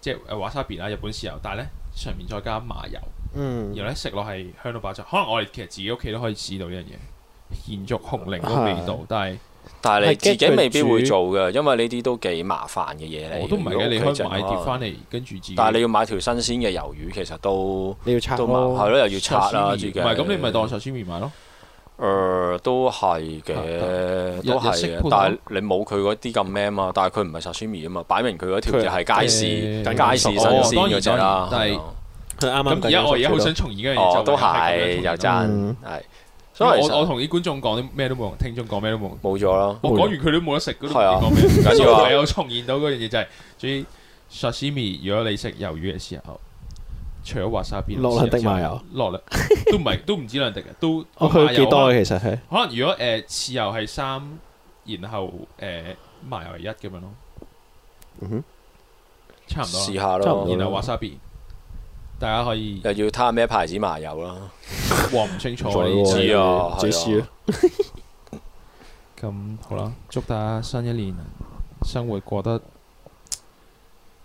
Speaker 3: 即係誒 wasabi 啦，日本豉油，但係咧上面再加麻油，
Speaker 1: 嗯，
Speaker 3: 然後咧食落係香到爆炸。可能我哋其實自己屋企都可以試到呢樣嘢，延續紅菱
Speaker 2: 啊
Speaker 3: 嗰個味道，但係
Speaker 2: 但係你
Speaker 1: 係跟
Speaker 2: 自己
Speaker 1: 佢
Speaker 2: 未必會
Speaker 1: 煮
Speaker 2: 做嘅，因為呢啲都幾麻煩嘅嘢嚟。
Speaker 3: 我都唔係嘅，你
Speaker 2: 如
Speaker 3: 可
Speaker 2: 果屋
Speaker 3: 以
Speaker 2: 企
Speaker 3: 買
Speaker 2: 整
Speaker 3: 碟翻嚟，跟住自己。
Speaker 2: 但係你要買條新鮮嘅魷魚，其實都
Speaker 1: 你要拆
Speaker 2: 都麻係
Speaker 1: 咯，
Speaker 2: 咯，又要拆啦，
Speaker 3: sashimi，
Speaker 2: 自己。
Speaker 3: 唔係咁，你咪當壽司麵買咯。
Speaker 2: 誒、都係嘅，
Speaker 3: 日
Speaker 2: 都係
Speaker 3: 日式
Speaker 2: 嘅
Speaker 3: 鋪頭，
Speaker 2: 但係你冇佢嗰啲咁咩啊嘛，但係佢唔係 sashimi 啊嘛，擺明佢嗰條就係街市
Speaker 3: 佢
Speaker 2: 街
Speaker 1: 係
Speaker 2: 市新
Speaker 1: 哦
Speaker 2: 鮮嗰只啦
Speaker 3: 當然當然，但係
Speaker 2: 係啊
Speaker 1: 佢啱啱
Speaker 3: 咁而家
Speaker 1: 計咗
Speaker 3: 我而家好
Speaker 1: 數
Speaker 3: 想重現嗰樣嘢，
Speaker 2: 哦
Speaker 3: 就
Speaker 2: 都
Speaker 3: 係
Speaker 2: 係
Speaker 3: 咁
Speaker 2: 又
Speaker 3: 樣重現咯
Speaker 2: 真
Speaker 1: 嗯
Speaker 2: 係，所以其
Speaker 3: 我我
Speaker 2: 實
Speaker 3: 同啲觀眾講啲咩都冇用，聽眾講咩都冇用。
Speaker 2: 冇咗
Speaker 1: 啊
Speaker 2: 咯，
Speaker 3: 我講完佢都冇得食，嗰啲
Speaker 2: 係啊
Speaker 3: 講咩？唔
Speaker 2: 緊要啊
Speaker 3: 唯有重現到嗰樣嘢就係，至於 sashimi，如果你食魷魚嘅時候，除咗滑沙邊
Speaker 1: 落兩滴麻油，
Speaker 3: 落兩 都唔係都唔止兩滴嘅，啊都
Speaker 1: 哦，
Speaker 3: 都麻
Speaker 1: 佢
Speaker 3: 油
Speaker 1: 幾多
Speaker 3: 可能
Speaker 1: 嘅其實係，
Speaker 3: 可能如果誒豉油係三，然後誒麻油係一咁樣咯，
Speaker 1: 嗯哼
Speaker 3: 差唔多啊
Speaker 2: 試
Speaker 3: 啦。
Speaker 2: 下
Speaker 1: 差唔
Speaker 2: 咯
Speaker 1: 多，
Speaker 3: 然後滑沙邊，大家可 以
Speaker 2: 又要睇下咩牌子麻油啦。
Speaker 3: 話唔清楚
Speaker 1: 唔
Speaker 3: 呢啲
Speaker 2: 知啊，
Speaker 1: 最
Speaker 2: 係
Speaker 1: 輸
Speaker 2: 啊，
Speaker 3: 咁好啦，祝大家新一年生活過得，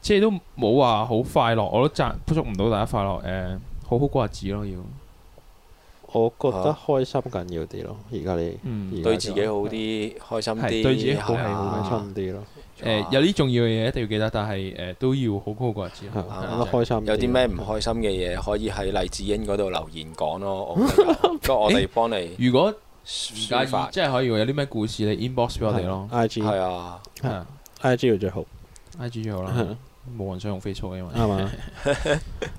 Speaker 3: 即係都冇話好快樂，我都讚祝唔到大家快樂。誒、好好過日子咯，要
Speaker 1: 我覺得開心緊要啲咯，而家你
Speaker 3: 嗯
Speaker 1: 而
Speaker 2: 對自己好啲，開心
Speaker 3: 係
Speaker 2: 啲，
Speaker 3: 對自己好係
Speaker 2: 係
Speaker 1: 開
Speaker 2: 啊
Speaker 1: 心啲咯，
Speaker 3: 誒、有啲重要嘅嘢一定要記得，但係誒、都要好好過日子
Speaker 1: 係
Speaker 3: 咯。
Speaker 1: 啊我覺得開心。
Speaker 2: 有啲咩唔？開心嘅嘢，可以喺黎智英嗰度留言講咯。我 覺得咁我哋幫你
Speaker 3: 如果唔介
Speaker 2: 抒
Speaker 3: 意，
Speaker 2: 發。
Speaker 3: 即係可以有啲咩故事你 inbox 俾我哋咯。
Speaker 1: I G
Speaker 2: 係啊，
Speaker 1: 係
Speaker 3: 係
Speaker 1: I G 要最好，
Speaker 3: I G 最好啦
Speaker 1: 係，
Speaker 3: 冇人想 用 Facebook 嘅因
Speaker 1: 啊
Speaker 3: 為。
Speaker 1: 啱嘛？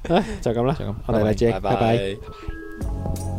Speaker 1: 唉就咁啦
Speaker 3: 就咁，
Speaker 1: 我哋黎姐，
Speaker 2: 拜
Speaker 1: 拜拜。
Speaker 2: 拜。
Speaker 4: 拜拜。